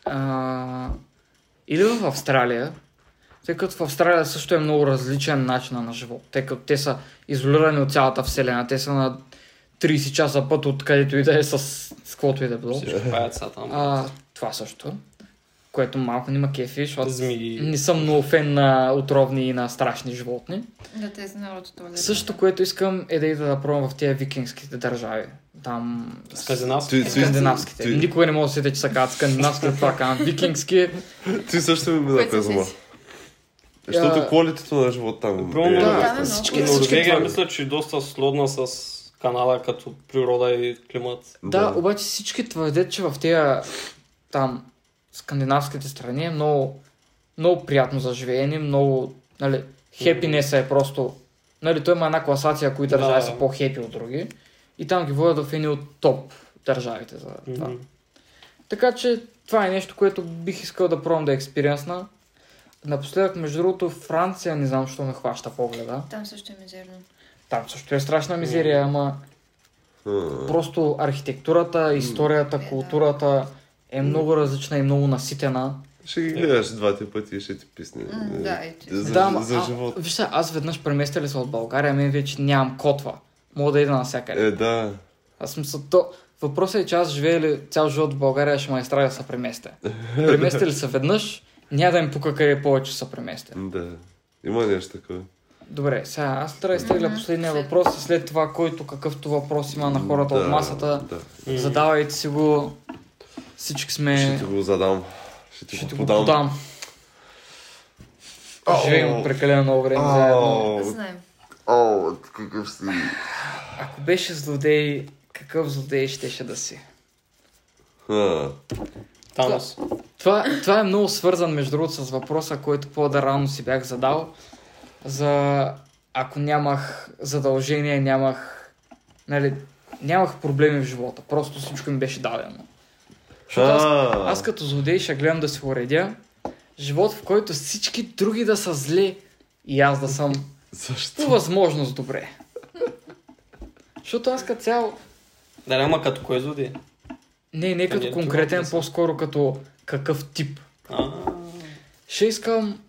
S2: А, или в Австралия, тъй като в Австралия също е много различен начин на живот, тъй като те са изолирани от цялата вселена, те са на 30 часа път от където и да е с, с каквото и да било.
S3: Всички паяца там.
S2: А, това също, което малко не ма кефи, защото
S3: Змии.
S2: не съм много фен на отровни и на страшни животни.
S4: Да, те е са народното туалет.
S2: Също, което искам е да ида да пробвам в тези викингските държави. Там...
S3: Скандинавски.
S1: Ти-
S2: Скандинавските.
S1: Ти-
S2: Никога не мога да се сетя, че са казват скандинавски, това казвам викингски.
S1: Ти също ми
S2: е
S1: мина
S4: Което
S1: през ума.
S4: си си.
S1: Защото
S2: Я-
S1: quality на живот там
S3: Пълно
S1: е...
S3: да.
S1: различно.
S4: Да, но-
S2: Всички, всички
S3: Норвегия
S2: това...
S3: мисля, че е доста слодна с Канада като природа и климат.
S2: Да, обаче всички твърдят, че в тези там скандинавските страни е много, много приятно за живеене, много, нали, хепинеса е просто, нали, той има една класация, кои
S3: Да.
S2: държави са по-хепи от други и там ги водят в едни от топ държавите за това.
S3: Мгм.
S2: Така че това е нещо, което бих искал да пробвам да е експириенсна. Напоследък, между другото, Франция не знам, защо ме хваща погледа.
S4: Там също е мизерно.
S2: Там също е страшна мизерия, ама
S1: М.
S2: просто архитектурата, историята, културата е много различна и много наситена.
S1: Ще ги гледаш два-три пъти и ще ти писне. Е,
S4: М, Да, и че.
S1: За,
S2: да, ама,
S1: за
S2: а,
S1: живот.
S2: Вижте, аз веднъж преместя ли се от България, мен вече нямам котва. Мога да ида навсякъде.
S1: Е, да.
S2: Аз смисъл, то... Въпросът е, че аз живея ли цял живот в България, ще ме изтрага да се преместя. Преместя ли се веднъж, няма да им пука къде повече се преместя.
S1: Да. Има нещо такова.
S2: Добре, сега аз трябва да изтегля последния въпрос и след това, който какъвто въпрос има на хората
S1: да,
S2: от масата,
S1: Да.
S2: задавайте си го. Всички
S1: Ще
S2: сме...
S1: ти го задам. Ще ти,
S2: Е, Ще ти
S1: го,
S2: го
S1: подам.
S2: подам.
S1: Ау.
S2: Живеем прекалено много време заедно.
S1: О,
S4: Знаем.
S1: о, какъв си.
S2: Ако беше злодей, какъв злодей щеше да си?
S1: Ха.
S3: Танос.
S2: Това, това е много свързан, между другото, с въпроса, който по-рано си бях задал. За ако нямах задължения, нямах, нали, нямах проблеми в живота. Просто всичко ми беше дадено. Защото аз,
S1: А.
S2: аз като злодей ще гледам да се уредя живот, в който всички други да са зле и аз да съм
S1: Защо?
S2: по възможност добре. Защото аз като цяло
S3: Да, няма като кой злодей.
S2: Не, не
S3: Да
S2: като
S3: не е
S2: конкретен,
S3: това,
S2: по-скоро като какъв тип.
S3: А,
S2: Ще искам...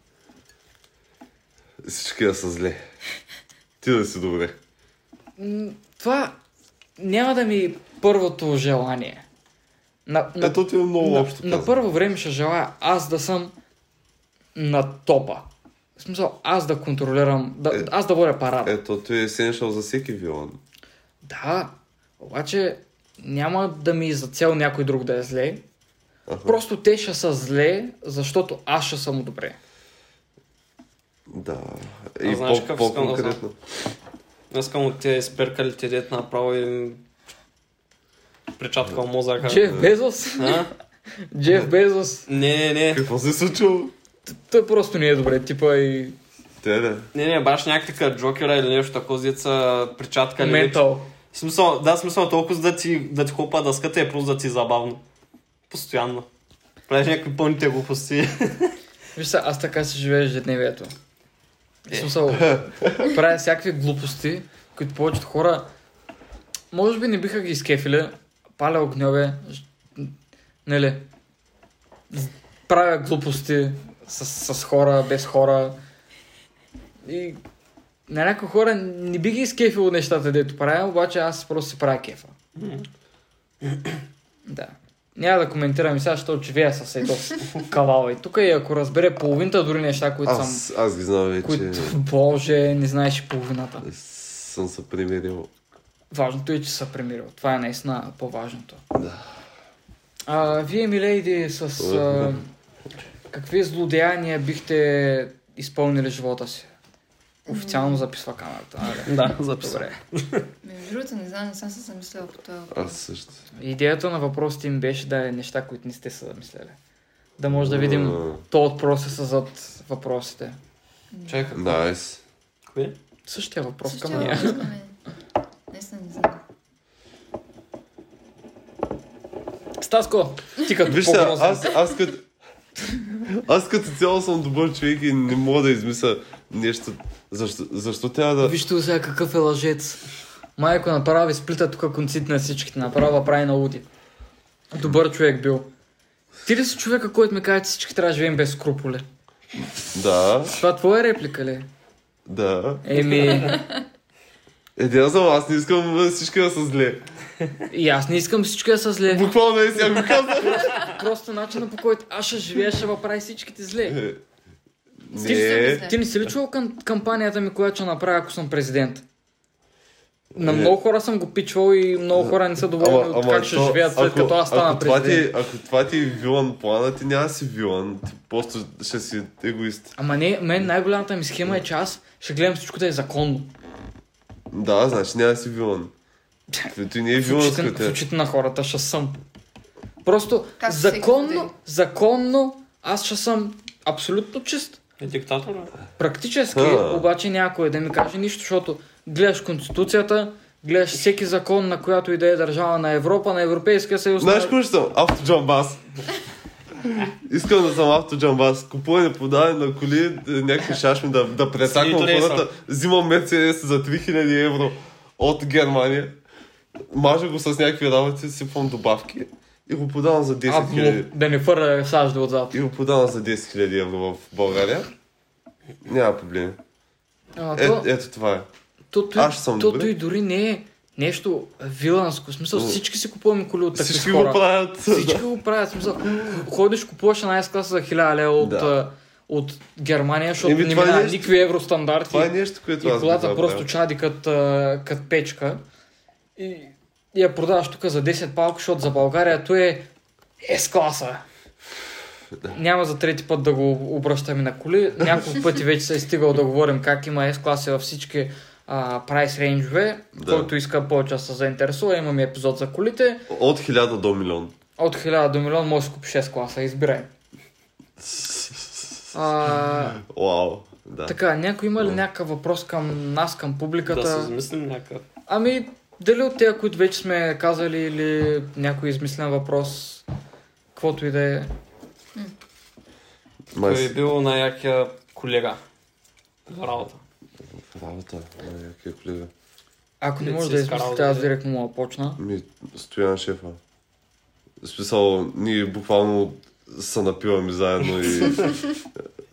S1: Всички да са зле. Ти да си добре.
S2: м, Това няма да ми е първото желание. На, на,
S1: Ето ти е много
S2: на,
S1: общо.
S2: на
S1: казано.
S2: първо време ще желая аз да съм на топа. В смисъл, аз да контролирам, да,
S1: Е.
S2: аз да водя парада.
S1: Ето, той е есеншъл за всеки вилан.
S2: Да, обаче няма да ми е за цел някой друг да е зле.
S1: Аха.
S2: Просто те ще са зле, защото аз ще съм добре.
S1: Да.
S3: А
S1: И
S3: знаеш
S1: по-
S3: какъв
S1: по-конкретно.
S3: Аз искам от тези сперкалите, дет направо им причаткал мозъка.
S2: Джеф Безос.
S3: А?
S2: Джеф Безос.
S3: Не, не, не.
S1: Какво се е случило?
S2: Той просто не е добре, типа и
S1: Те да.
S3: Не, не, баш някакъв Джокера или нещо такова, с дето са причаткали.
S2: ментал.
S3: В Смисъл, да, в смисъл толкова за да ти, да ти хлопа дъската е просто да ти е забавно. Постоянно. Правиш някакви пълните глупости.
S2: Виж са, аз така си живея ежедневието. В смисъл, правя всякакви глупости, които повечето хора може би не биха ги изкефили. Паля огньове, ж- н- нали? З- Правя глупости с, с хора, без хора. И на някои хора не би ги изкефило нещата, дето правя, обаче аз просто си правя кефа. Да. Няма да коментирам и сега, защото живея с Айдос Кавала. И тук и ако разбере половината дори неща, които съм...
S1: Аз, аз ги знам вече.
S2: Които, боже, не знаеш и половината.
S1: Съм се примирил.
S2: Важното е, че се примирил. Това е наистина по-важното.
S1: Да. Е,
S2: А, вие, милейди, с а, какви злодеяния бихте изпълнили живота си? Официално записва камерата. Аре.
S3: да,
S2: Добре.
S4: Между другото, не знам, не съм се замисляла по това.
S1: Аз също.
S2: Идеята на въпросите им беше да е неща, които не сте се замисляли. Да може да видим
S1: М,
S2: то от процеса зад въпросите.
S3: Чакай, е? какво?
S1: Найс.
S3: Кои?
S2: Същия въпрос
S4: Същия
S2: към нея.
S4: въпрос към мен. Наистина не знам.
S2: Стаско, ти като
S1: Вижте,
S2: по-грозен.
S1: аз, аз като... Аз като цяло съм добър човек и не мога да измисля нещо. Защо, защо трябва да...
S2: Вижте го сега какъв е лъжец. Майко направи сплита тук конците на всичките. Направа прави на луди. Добър човек бил. Ти ли си човека, който ми казва, че всички трябва да живеем без скруполи?
S1: Да,
S2: Това твоя реплика ли? е?
S1: да.
S2: Еми,
S1: Е, да, знам, аз не искам а, всички да са зле.
S2: и аз не искам всички да са зле.
S1: Буквално е сега го казах.
S2: Просто начина по който аз ще живея, ще направи всичките зле.
S1: Е,
S4: Всички са
S1: Не,
S4: зле.
S2: Ти не си ли чувал към кампанията ми, която ще направя, ако съм президент? На
S1: Не.
S2: много хора съм го пичвал и много хора не са доволни от как ще
S1: то-
S2: живеят след
S1: ако-
S2: като аз стана
S1: ако това
S2: президент.
S1: ти, ако това ти е вилан плана, ти няма да си вилан. Ти просто ще си егоист.
S2: Ама не, мен най-голямата ми схема е, че аз ще гледам всичко да е законно.
S1: Да, значи няма да си вилан. Ти не е
S2: В
S1: вилан
S2: очите,
S1: като
S2: в
S1: те.
S2: очите на хората ще съм. Просто
S4: Както всеки
S2: законно,
S4: ден.
S2: законно аз ще съм абсолютно чист.
S3: Е диктатор, бе.
S2: Практически,
S1: Ха.
S2: обаче някой е да ми каже нищо, защото гледаш Конституцията, гледаш всеки закон, на която и да е държава на Европа, на Европейския съюз.
S1: Знаеш
S2: на...
S1: какво ще съм? Автоджамбас. Искам да съм автоджамбас. Купуване, продаване на коли, е, някакви шашми да, да претаквам
S3: Синито леса.
S1: хората. Взимам Мерцедес за 3000 евро от Германия. Мажа го с някакви работи, сипвам добавки и го подавам за 10
S2: А,
S1: 000.
S2: но да не фърля сажда отзад.
S1: И го подавам за 10 000 евро в България. Няма проблеми.
S2: А,
S1: Е,
S2: то-
S1: ето това е.
S2: То, той,
S1: Аз ще съм
S2: то,
S1: добре.
S2: той дори не е нещо виланско. В смисъл,
S1: М.
S2: всички си купуваме коли от такива
S1: Всички
S2: хора.
S1: го правят.
S2: Всички го правят. В Смисъл, ходиш, купуваш една S-класа за 1000 лева от,
S1: Да.
S2: а, от Германия, защото
S1: Еми,
S2: не
S1: това е
S2: минава
S1: нещо-
S2: никакви евростандарти.
S1: Това е нещо, което
S2: и
S1: аз
S2: колата
S1: бих
S2: просто
S1: направил.
S2: чади като кът печка. И, и я продаваш тук за 10 палки, защото за България то е S-класа. Няма за трети път да го обръщаме на коли. Няколко пъти вече се е стигал да говорим как има S-класи във всички а, прайс рейнджове.
S1: Да.
S2: Който иска повече да се заинтересува, имаме епизод за колите.
S1: От 1000 до милион.
S2: От 1000 до милион може да си купиш 6 класа, избирай. А,
S1: Вау. Да.
S2: така, някой има ли някакъв въпрос към нас, към публиката?
S3: Да се измислим някакъв.
S2: Ами, дали от тези, които вече сме казали или някой измислен въпрос, каквото и да е.
S1: Май
S3: Кой
S1: си-
S3: е бил най-якия колега в работа?
S1: Работа, а, якия колега.
S2: Ако не
S3: Ти
S2: може
S3: си
S2: да
S3: изкарал
S2: измислите,
S3: добре.
S2: аз директно мога да почна.
S1: Ми, стоян шефа. В Смисъл, ние буквално се напиваме заедно и...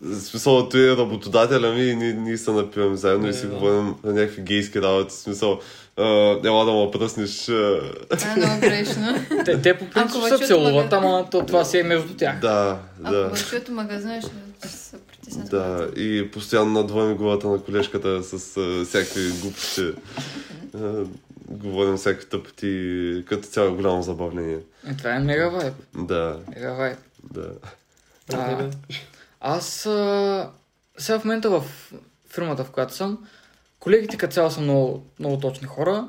S1: В Смисъл, той е работодателя ми и ние, ние се напиваме заедно и си
S3: Да.
S1: говорим на някакви гейски работи. В Смисъл, а, ела да му пръснеш... а,
S4: Това е много грешно.
S2: Те, те по принцип
S4: Ако
S2: се
S4: вече
S2: целуват,
S4: отлагат-
S2: ама то това си е между тях.
S1: Да, да.
S4: Ако чуят магазина, ще се притеснят.
S1: Да, и постоянно надвоим главата на колежката с а, всякакви глупости. А, говорим всякакви тъпоти, и като цяло голямо забавление.
S2: Е, това е мега вайб.
S1: Да,
S2: Мега вайб.
S1: да.
S2: А, аз а, сега в момента в фирмата, в която съм, колегите като цяло са много, много точни хора.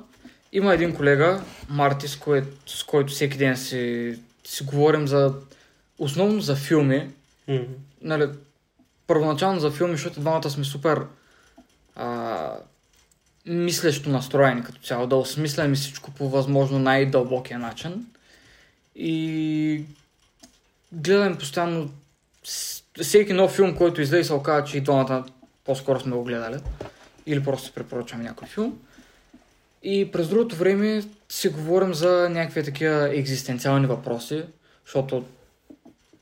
S2: Има един колега, Марти, с, кое, с който всеки ден си, си говорим за основно за филми.
S3: М.
S2: Нали, първоначално за филми, защото двамата сме супер а, мислещо настроени като цяло, да осмисляме всичко по възможно най-дълбокия начин. И гледам постоянно с- всеки нов филм, който излезе, се оказа, че и двамата по-скоро сме го гледали. Или просто си препоръчваме някой филм. И през другото време си говорим за някакви такива екзистенциални въпроси, защото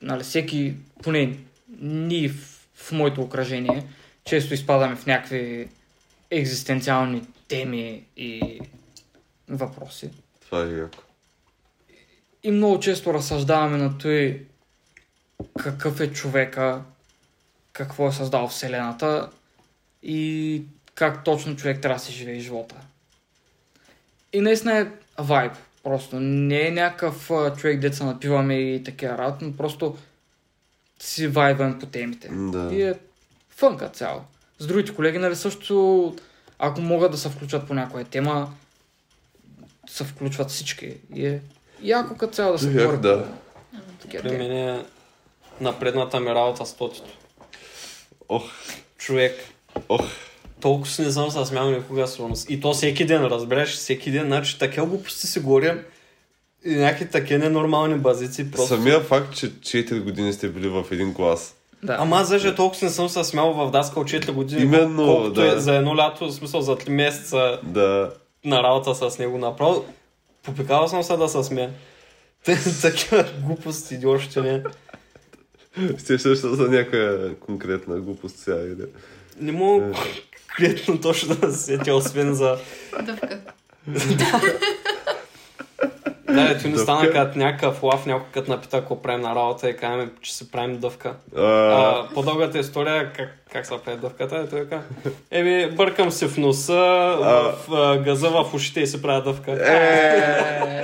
S2: нали, всеки, поне ние в, в моето окръжение, често изпадаме в някакви екзистенциални теми и въпроси.
S1: Това е яко.
S2: И много често разсъждаваме на той какъв е човека, какво е създал Вселената и как точно човек трябва да си живее живота. И наистина е вайб. Просто не е някакъв а, човек, деца напиваме и такива рад, но просто си вайбен по темите.
S1: Да.
S2: И е фънка цяло. С другите колеги, нали също, ако могат да се включат по някоя тема, се включват всички. И е яко като цяло да се
S1: Добре,
S2: говори.
S1: да.
S2: по такива
S3: При
S2: теми.
S3: мен е напредната ми работа с тотито.
S1: Ох,
S3: Човек,
S1: ох.
S3: толкова си не съм се смял никога сигурно. И то всеки ден, разбираш, всеки ден. Значи такива глупости си говорим и някакви такива ненормални базици. Просто...
S1: Самия факт, че 4 години сте били в един клас.
S2: Да.
S3: Ама заже толкова си не съм се смял в даска от 4 години.
S1: Именно,
S3: колкото
S1: да.
S3: е за едно лято, в смисъл за 3 месеца
S1: Да.
S3: на работа с него направо. Попикавал съм се да се смея. Те са такива глупости, още не.
S1: Сте също за някоя конкретна глупост сега или?
S3: Не
S1: Е.
S3: мога конкретно точно да се сетя, освен за...
S4: Дъвка.
S3: Да, ето ни
S1: Дъвка.
S3: стана като някакъв лав, някой като напита какво правим на работа и казваме, че си правим дъвка.
S1: А,
S3: А, по-дългата история, как, как се прави дъвката, е така. Еми, бъркам се в носа,
S1: А.
S3: в а, газа, в ушите и се правя дъвка.
S2: Е,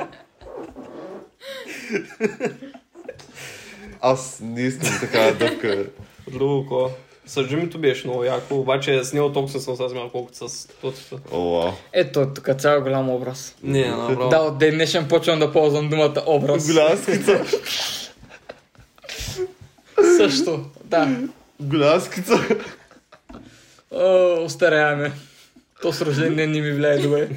S1: Аз не искам такава дъвка.
S3: Друго ко. С джимито беше много яко, обаче с него толкова не съм се смял, колкото с тотито.
S1: О, вау.
S2: Ето, тук е цял голям образ.
S3: Не, направо.
S2: Да, от ден днешен почвам да ползвам думата образ.
S1: Голяма скица.
S2: Също, да.
S1: Голяма скица.
S2: О, Остаряваме. То с рожден ден не ми влияе добре.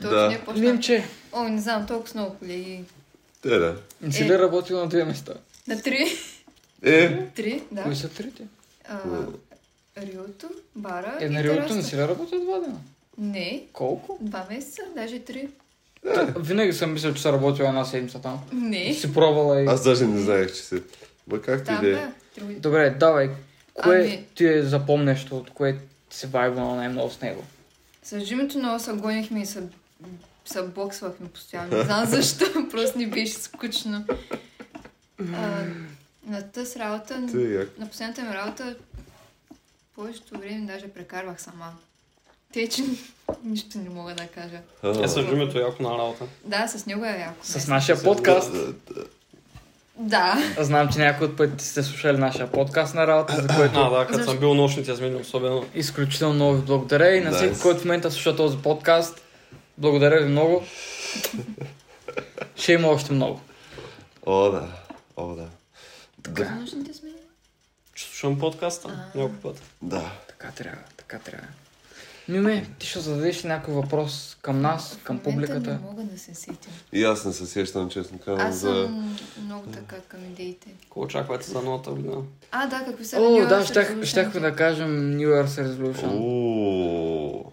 S1: Да.
S4: Той не почна.
S2: Мимче,
S4: О, не знам, толкова с много колеги.
S1: Те да.
S2: не си
S4: Е.
S2: ли работил на две места?
S4: На три.
S1: Е,
S4: Три,
S2: Кои
S4: да.
S2: са трите?
S4: А, Риото, бара
S2: Е,
S4: и
S2: на Риото не
S4: Тераста.
S2: си ли работил два дена?
S4: Не,
S2: Колко?
S4: два месеца, даже три.
S2: Та, Винаги съм мислил, че съм работил една седмица там.
S4: Не.
S2: Си пробвала и...
S1: аз даже не знаех, че си. Ба както и
S4: Там,
S1: да е.
S4: да. Три...
S2: Добре, давай. Кое
S4: Ами-
S2: ти е запомнещо, от кое ти се вайбнал най-много с него?
S4: С Джимито много се гонихме и се, се боксвахме постоянно. Не знам защо, просто ни беше скучно. А, на тъс работа,
S1: Те е яко.
S4: на последната ми работа, повечето време даже прекарвах сама. Те, че нищо не мога да кажа.
S1: А,
S3: Е, с джимито е яко на работа.
S4: Да, с него е яко.
S2: С нашия подкаст.
S1: да, да.
S4: Да.
S2: Аз Знам, че някои от пъти сте слушали нашия подкаст на работа, за което
S3: А, да, като съм бил нощните смени, особено.
S2: изключително много ви благодаря и на всеки,
S1: Nice.
S2: който в момента слуша този подкаст, благодаря ви много. Ще има още много.
S1: О, да. О, да. Да.
S4: Нужните сме.
S3: Че слушам подкаста няколко път.
S1: Да.
S2: Така трябва, така трябва. Миме, ти ще зададеш ли някой въпрос към нас, към
S4: В момента
S2: публиката?
S4: Не мога да се сетя.
S1: И аз не се сещам, честно казвам,
S4: Аз
S1: Е, за...
S4: съм много така към идеите.
S3: Какво очаквате за новата година?
S4: А, да, какви са
S2: О,
S4: New
S2: да,
S4: Year's
S2: щях- щяхме
S4: resolutions?
S2: да кажем New Year's Resolution.
S1: О.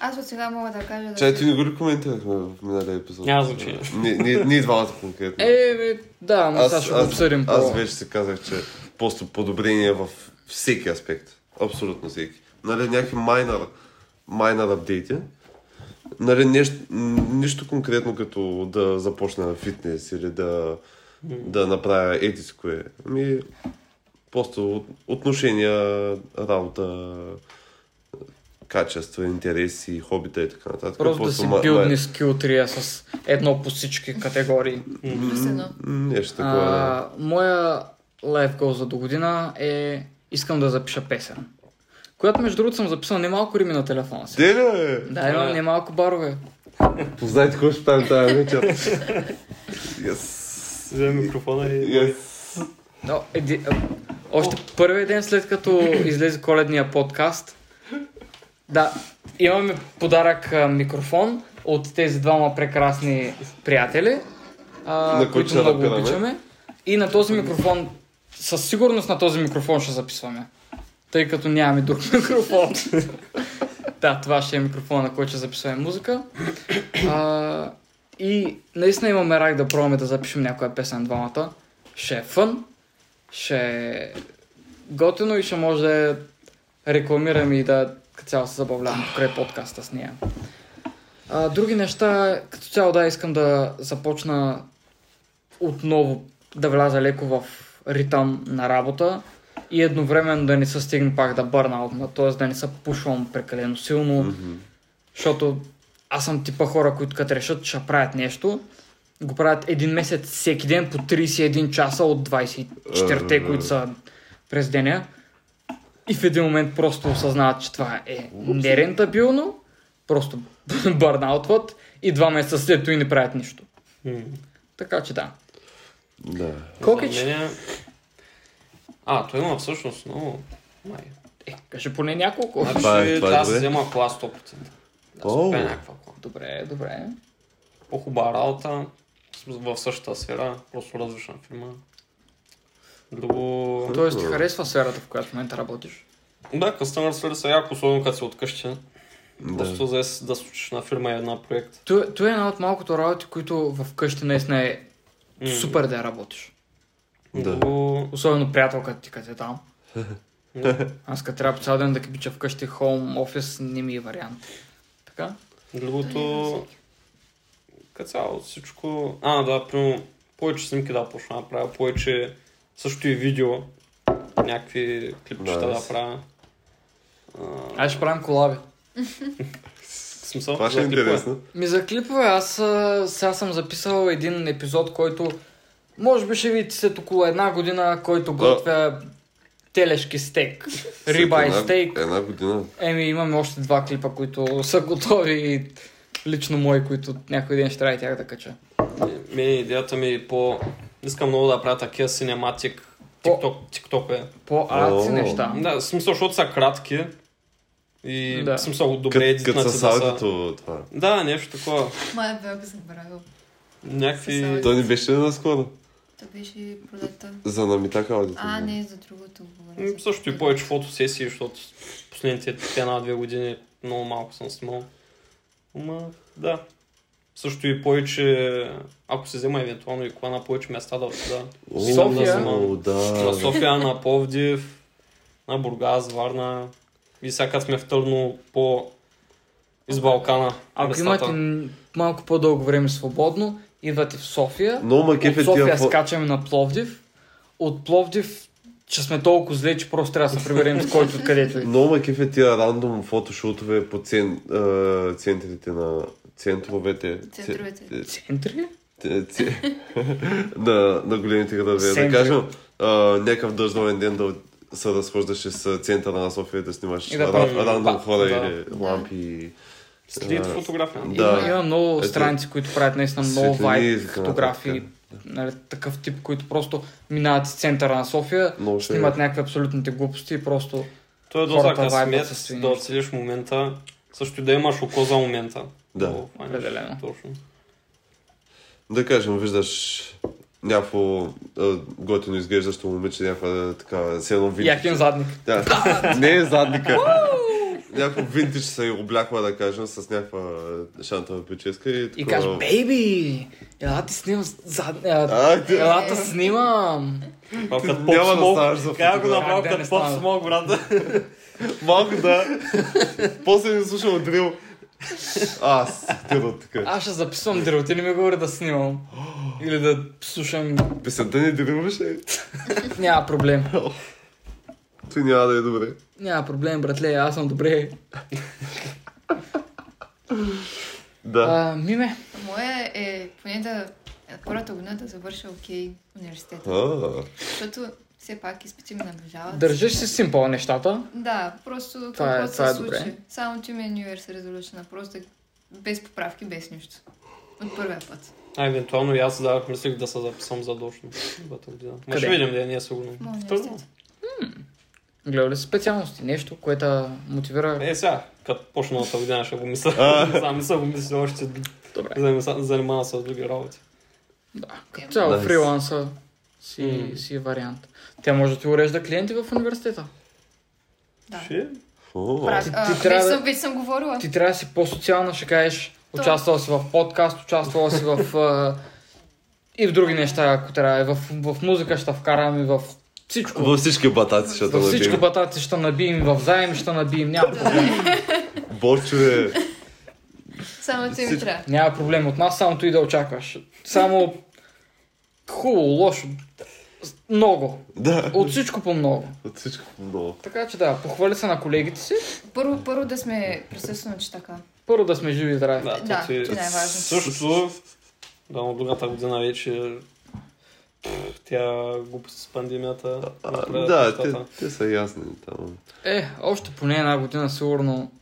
S4: Аз от сега мога да кажа да
S1: Чай,
S4: се-
S1: ти не го ли коментирахме в миналия епизод?
S3: Няма значение.
S1: Ние- Ние ние двамата конкретно.
S2: Е, бе, да, ама сега ще го обсъдим
S1: аз,
S2: по-
S1: аз вече си казах, че просто подобрение в всеки аспект. Абсолютно всеки. Нали, някакви майнер, майнер апдейти. Нали, нещо, нищо конкретно като да започна на фитнес или да, да направя ети си кое. Ами, просто от- отношения, работа, качества, интереси, хобита и така нататък.
S2: Просто да си
S1: ма-
S2: билдни скил трия с едно по всички категории.
S4: Плюс едно.
S1: м- Нещо такова. да.
S2: А, моя лайф гол за до година е искам да запиша песен. Която, между другото, съм записал немалко рими на телефона си.
S1: Деле!
S2: Да, имам
S3: Да.
S2: немалко барове.
S1: Познайте какво ще правим тази вечер. Yes.
S3: Взема микрофона и...
S1: Е, Yes.
S2: Но, еди, а, още първият ден след като излезе коледния подкаст, да, имаме подарък а, микрофон от тези двама прекрасни приятели, а,
S1: На които
S2: които
S1: ще
S2: много
S1: рапираме.
S2: обичаме. И на този микрофон, със сигурност на този микрофон ще записваме, тъй като нямаме друг микрофон. да, това ще е микрофон, на който ще записваме музика. А, и наистина имаме рак да пробваме да запишем някоя песен двамата. Ще е фън, ще е готино и ще може да я рекламираме и да като цяло се забавлявам покрай подкаста с нея. А, други неща, като цяло да, искам да започна отново да вляза леко в ритъм на работа и едновременно да не се стигне пак да бърнаутна, т.е. да не се пушвам прекалено силно,
S1: Мгм.
S2: защото аз съм типа хора, които като решат, ще правят нещо, го правят един месец всеки ден по 31 часа от 24-те, които са през деня. И в един момент просто осъзнават, че това е нерентабилно, просто бърнаутват и два месеца след това и не правят нищо.
S3: М.
S2: Така че да.
S1: Да.
S2: Кокич,
S3: За мен е- А, той има всъщност много... Май.
S2: е, кажи поне няколко.
S3: Значи,
S1: това е
S3: това, аз
S1: добре.
S3: взема кола 100%. Да,
S1: Оу.
S3: купя някаква кола.
S2: Добре, добре.
S3: По-хубава работа, в същата сфера, просто различна фирма. Друго...
S2: Тоест ти харесва сферата, в която в момента работиш.
S3: Да, customer service е яко, особено като си откъщи.
S1: Да.
S3: Просто за да с- да случиш на фирма една проект.
S2: То, е- то е една от малкото работи, които вкъщи наистина е
S3: М.
S2: супер да я работиш.
S1: Да.
S3: Друго...
S2: Особено приятелката ти като е там.
S3: Да.
S2: Аз като трябва цял ден да кипича вкъщи, хоум, офис, не ми е вариант. Така?
S3: Другото... Като цяло всичко... А, да, примерно повече снимки да почна да правя, повече също и видео, някакви клипчета
S1: Nice.
S3: да правя.
S2: Аз ще правим колаби.
S3: В смисъл,
S1: Това ще е
S3: за клипове.
S1: интересно.
S2: Ми за клипове, аз а, сега съм записал един епизод, който може би ще видите след около една година, който готвя телешки стейк, риба и
S1: След една- е
S2: стейк.
S1: Една година.
S2: Еми, имаме още два клипа, които са готови и лично мои, които някой ден ще трябва и тях да кача.
S3: Ми, идеята ми е по... Искам много да правя такива синематик, TikTok, TikTok е.
S2: По-арци
S1: О.
S2: неща.
S3: Да, в смисъл, защото са кратки и
S2: Да.
S3: да. в смисъл добре
S1: Кът- Като
S3: едитнати да
S1: с
S3: са.
S1: аудито това.
S3: Да, нещо такова.
S4: Моя бе го забравил. Със
S3: Някакви...
S4: аудито.
S1: Той ни беше наскоро.
S4: То беше продата.
S1: За намитака аудито.
S4: А, не, за другото говоря.
S3: М,
S4: за
S3: Ами, Също и
S4: другото.
S3: повече фотосесии, защото последните една-две години много малко съм снимал. Ама, да. Също и повече, ако се взема евентуално и кола на повече места да отида.
S1: О,
S2: София.
S1: да, о,
S3: На
S1: Да.
S3: София, на Пловдив, на Бургас, Варна. И сега като сме в Търно по из Балкана.
S2: Ако
S3: местата.
S2: имате н- малко по-дълго време свободно, идвате в София.
S1: Но ма кефе
S2: От
S1: тия
S2: София
S1: фо-
S2: скачаме на Пловдив. От Пловдив, че сме толкова зле, че просто трябва да се приберем с който е. откъдето и.
S1: Много ме кефе тия рандом фотошутове по цен, а, центрите на центровете.
S4: Центровете.
S2: Центри?
S1: Ц- ц- на, на големите градове. Да
S2: Центри.
S1: кажем, а, някакъв дъждовен ден да от- се разхождаш с центъра на София да снимаш
S2: И да
S1: ра-
S2: правиш
S1: рандом
S2: пак,
S1: хора
S3: да.
S1: или лампи. и-
S3: Стрит фотография.
S1: Да.
S2: Да. Има, има много
S1: Ето,
S2: страници, които правят наистина много
S1: светлини и
S2: вайб
S1: така
S2: фотографии.
S1: нататък,
S2: Нали, такъв тип, които просто минават с центъра на София,
S1: Много ще е.
S2: снимат някакви абсолютните глупости и просто...
S3: Той е
S2: Хората
S3: доста
S2: вайбът се
S3: късмет
S2: свини.
S3: да оцелиш момента, също и да имаш око за момента.
S1: Да.
S3: Много файно.
S2: Определено.
S3: Точно.
S1: Да кажем, виждаш някакво а, готино изглеждащо момиче, някаква така, с едно винтич.
S2: Якин задник.
S1: Да. Не е задника. Някакво винтич се е облякла, да кажем, с някаква шантова прическа и
S2: И
S1: такова.
S2: кажа, бейби, ела ти снимам зад... а,
S1: А, ти-
S2: Ела да снимам.
S3: А като
S1: Няма да ставаш за
S3: поп-смок, как го
S1: фотография.
S3: направя
S2: Да, не
S3: като
S2: става.
S3: поп-смок, брат?
S1: Малко да. После не слушам дрил. Аз, ти да така.
S2: Аз ще записвам дърво, ти не ми говори да снимам. Или да слушам.
S1: Песента не дрилваш ли?
S2: Няма проблем.
S1: Той няма да е добре.
S2: Няма проблем, братле, аз съм добре.
S1: Да.
S2: А, миме,
S4: Моя е поне да първата година да завърша окей университета.
S1: А,
S4: Защото все пак изпити ми наближават.
S2: Държиш си симпъл нещата.
S4: Да, просто
S2: Това е-
S4: това, е,
S2: това е
S4: се
S2: добре.
S4: случи. Само че ми е New Year's Resolution, а просто без поправки, без нищо. От първия път.
S3: А, евентуално и аз задавах, мислих да се записам задочно. Другата година. Ма
S2: Къде?
S3: ще видим да е, не е сигурно.
S4: Моя
S3: Второ.
S4: университет.
S2: Гледал ли си специалности? Нещо, което мотивира...
S3: Е, сега, като почна новата година ще го мисля. Сам не съм го мисля още.
S2: Добре.
S3: Занима- Занимавам се с други работи.
S2: Да. Като
S4: Е,
S2: цяло
S1: Nice.
S2: фриланса си,
S3: М.
S2: си е вариант. Тя може да ти урежда клиенти в университета.
S4: Да.
S3: Ще?
S1: О,
S4: Прав,
S2: Ти-
S4: а,
S2: ти
S4: вече
S2: трябва да-
S4: съм, вече съм говорила.
S2: Ти трябва да си по-социална, ще кажеш, участвала си в подкаст, участвала си в... а, и в други неща, ако трябва. И В, в музика ще вкарам и в всичко.
S1: Във всички батаци, защото
S2: Във всички
S1: набим.
S2: батаци ще набием, в заем ще набием, няма проблем.
S1: Бочове,
S4: Само ти ми
S1: Всичко.
S4: трябва.
S2: Няма проблем от нас, само и да очакваш. Само хубаво, лошо. Много.
S1: да,
S2: От всичко по много.
S1: от всичко много.
S2: Така че да, похвали се на колегите си.
S4: Първо, първо да сме присъстваме, че така.
S2: Първо да сме живи и здрави.
S3: Да,
S4: Да,
S3: то ти...
S4: това е важно.
S3: Същото, да, но другата година вече пф, тя глупост с пандемията.
S1: А,
S3: направят
S1: да,
S3: нещата.
S1: те, те са ясни там.
S2: Е, още поне една година сигурно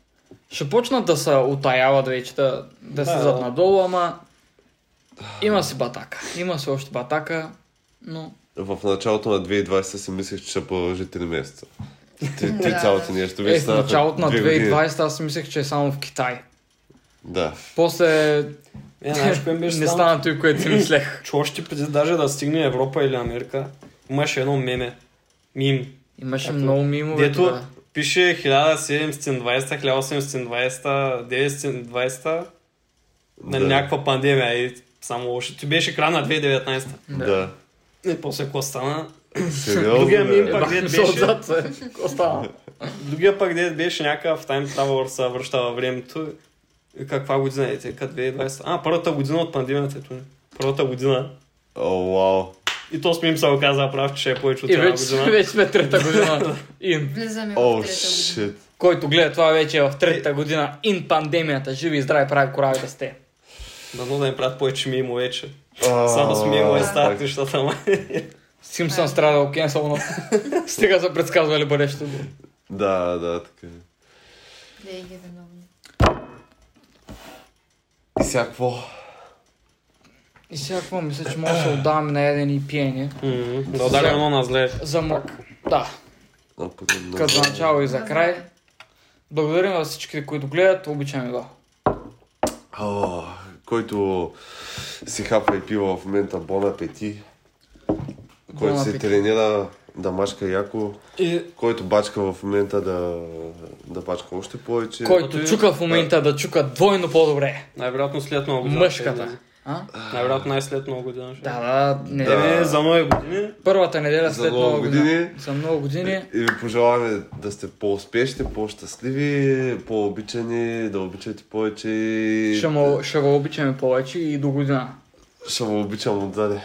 S2: ще почнат да се отаяват вече, да, да се
S3: Да.
S2: зад надолу, ама има си батака. Има си още батака, но
S1: В началото на 2020 си мислех, че ще продължи 3 месеца. Ти, ти
S4: Да.
S1: цялото нещо
S2: е,
S1: вече
S2: в
S1: станаха
S2: началото на
S1: две години.
S2: 2020 аз си мислех, че е само в Китай.
S1: Да.
S2: После
S3: Е, знаеш, кое ми беше
S2: не
S3: странно?
S2: стана той, което си мислех.
S3: Че още преди даже да стигне Европа или Америка, имаше едно меме. Мим.
S2: Имаше
S3: Ето,
S2: много е мимове.
S3: дето-
S2: тогава.
S3: Пише 1720, 1820, 1920 на
S1: да.
S3: някаква пандемия и само още. Ти беше края на 2019.
S1: Да.
S3: И Е, после какво стана?
S1: Сериозно. е?
S3: Другия ми
S1: бе.
S3: пак
S2: Бах,
S3: дед
S2: мисъл
S3: беше.
S2: отзад, е. Какво става?
S3: Другия пък дед беше някакъв тайм травел се връща във времето. И Каква година е? Тека 2020. А, първата година от пандемията ето. Първата година.
S1: О, вау.
S3: И то сме им се оказа прав, че ще е повече от
S2: И
S3: една
S2: вече, сме-
S3: година.
S2: вече сме трета година. Ин.
S4: Влизаме
S1: О,
S4: Е, в трета година.
S1: шит.
S2: Който гледа това вече е в третата година. Ин пандемията. Живи и здрави прави корави да сте.
S3: Дано да им правят повече мимо вече.
S1: А,
S3: Само с мимо е
S1: так.
S3: стават нещата. ама.
S2: Симпсън страдал кенсъл, но стига са предсказвали бъдещето.
S1: Да, да, така. е.
S4: Гледай ги виновни.
S1: И сега какво?
S2: И сега какво мисля, че може да се отдаваме на еден и пиене.
S3: Мгм. Да ударя едно на зле.
S2: За мък. Да,
S1: Наподобно.
S2: като за начало и за край. Благодарим на всички, които гледат. Обичаме го.
S1: О, който си хапва и пива в момента Бон Апети, който
S2: Бон
S1: се
S2: апетит.
S1: тренира да мачка яко,
S3: И
S1: който бачка в момента да, да бачка още повече.
S2: Който
S3: Като-
S2: чука в момента да чука двойно по-добре.
S3: най-вероятно след много година. ще
S2: Мъжката.
S3: излезе.
S2: А?
S3: Най-вероятно най-след много година. ще
S2: Да, да, не.
S1: Да.
S3: Е, за много години.
S2: Първата неделя
S1: За
S2: след
S1: много
S2: много години.
S1: години.
S2: За много години.
S1: И ви пожелаваме да сте по-успешни, по-щастливи, по-обичани, да обичате повече. и-
S2: Ще, му, ще го обичаме повече и до година.
S1: Ще му обичам отзаде.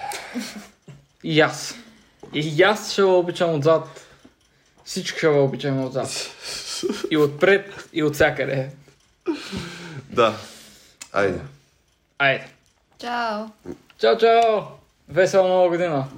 S2: И аз. И аз ще го обичам отзад. Всички ще го обичаме отзад. И отпред, и от всякъде.
S1: Да. Айде.
S2: Айде.
S4: Чао!
S2: Чао, чао! Весела нова година!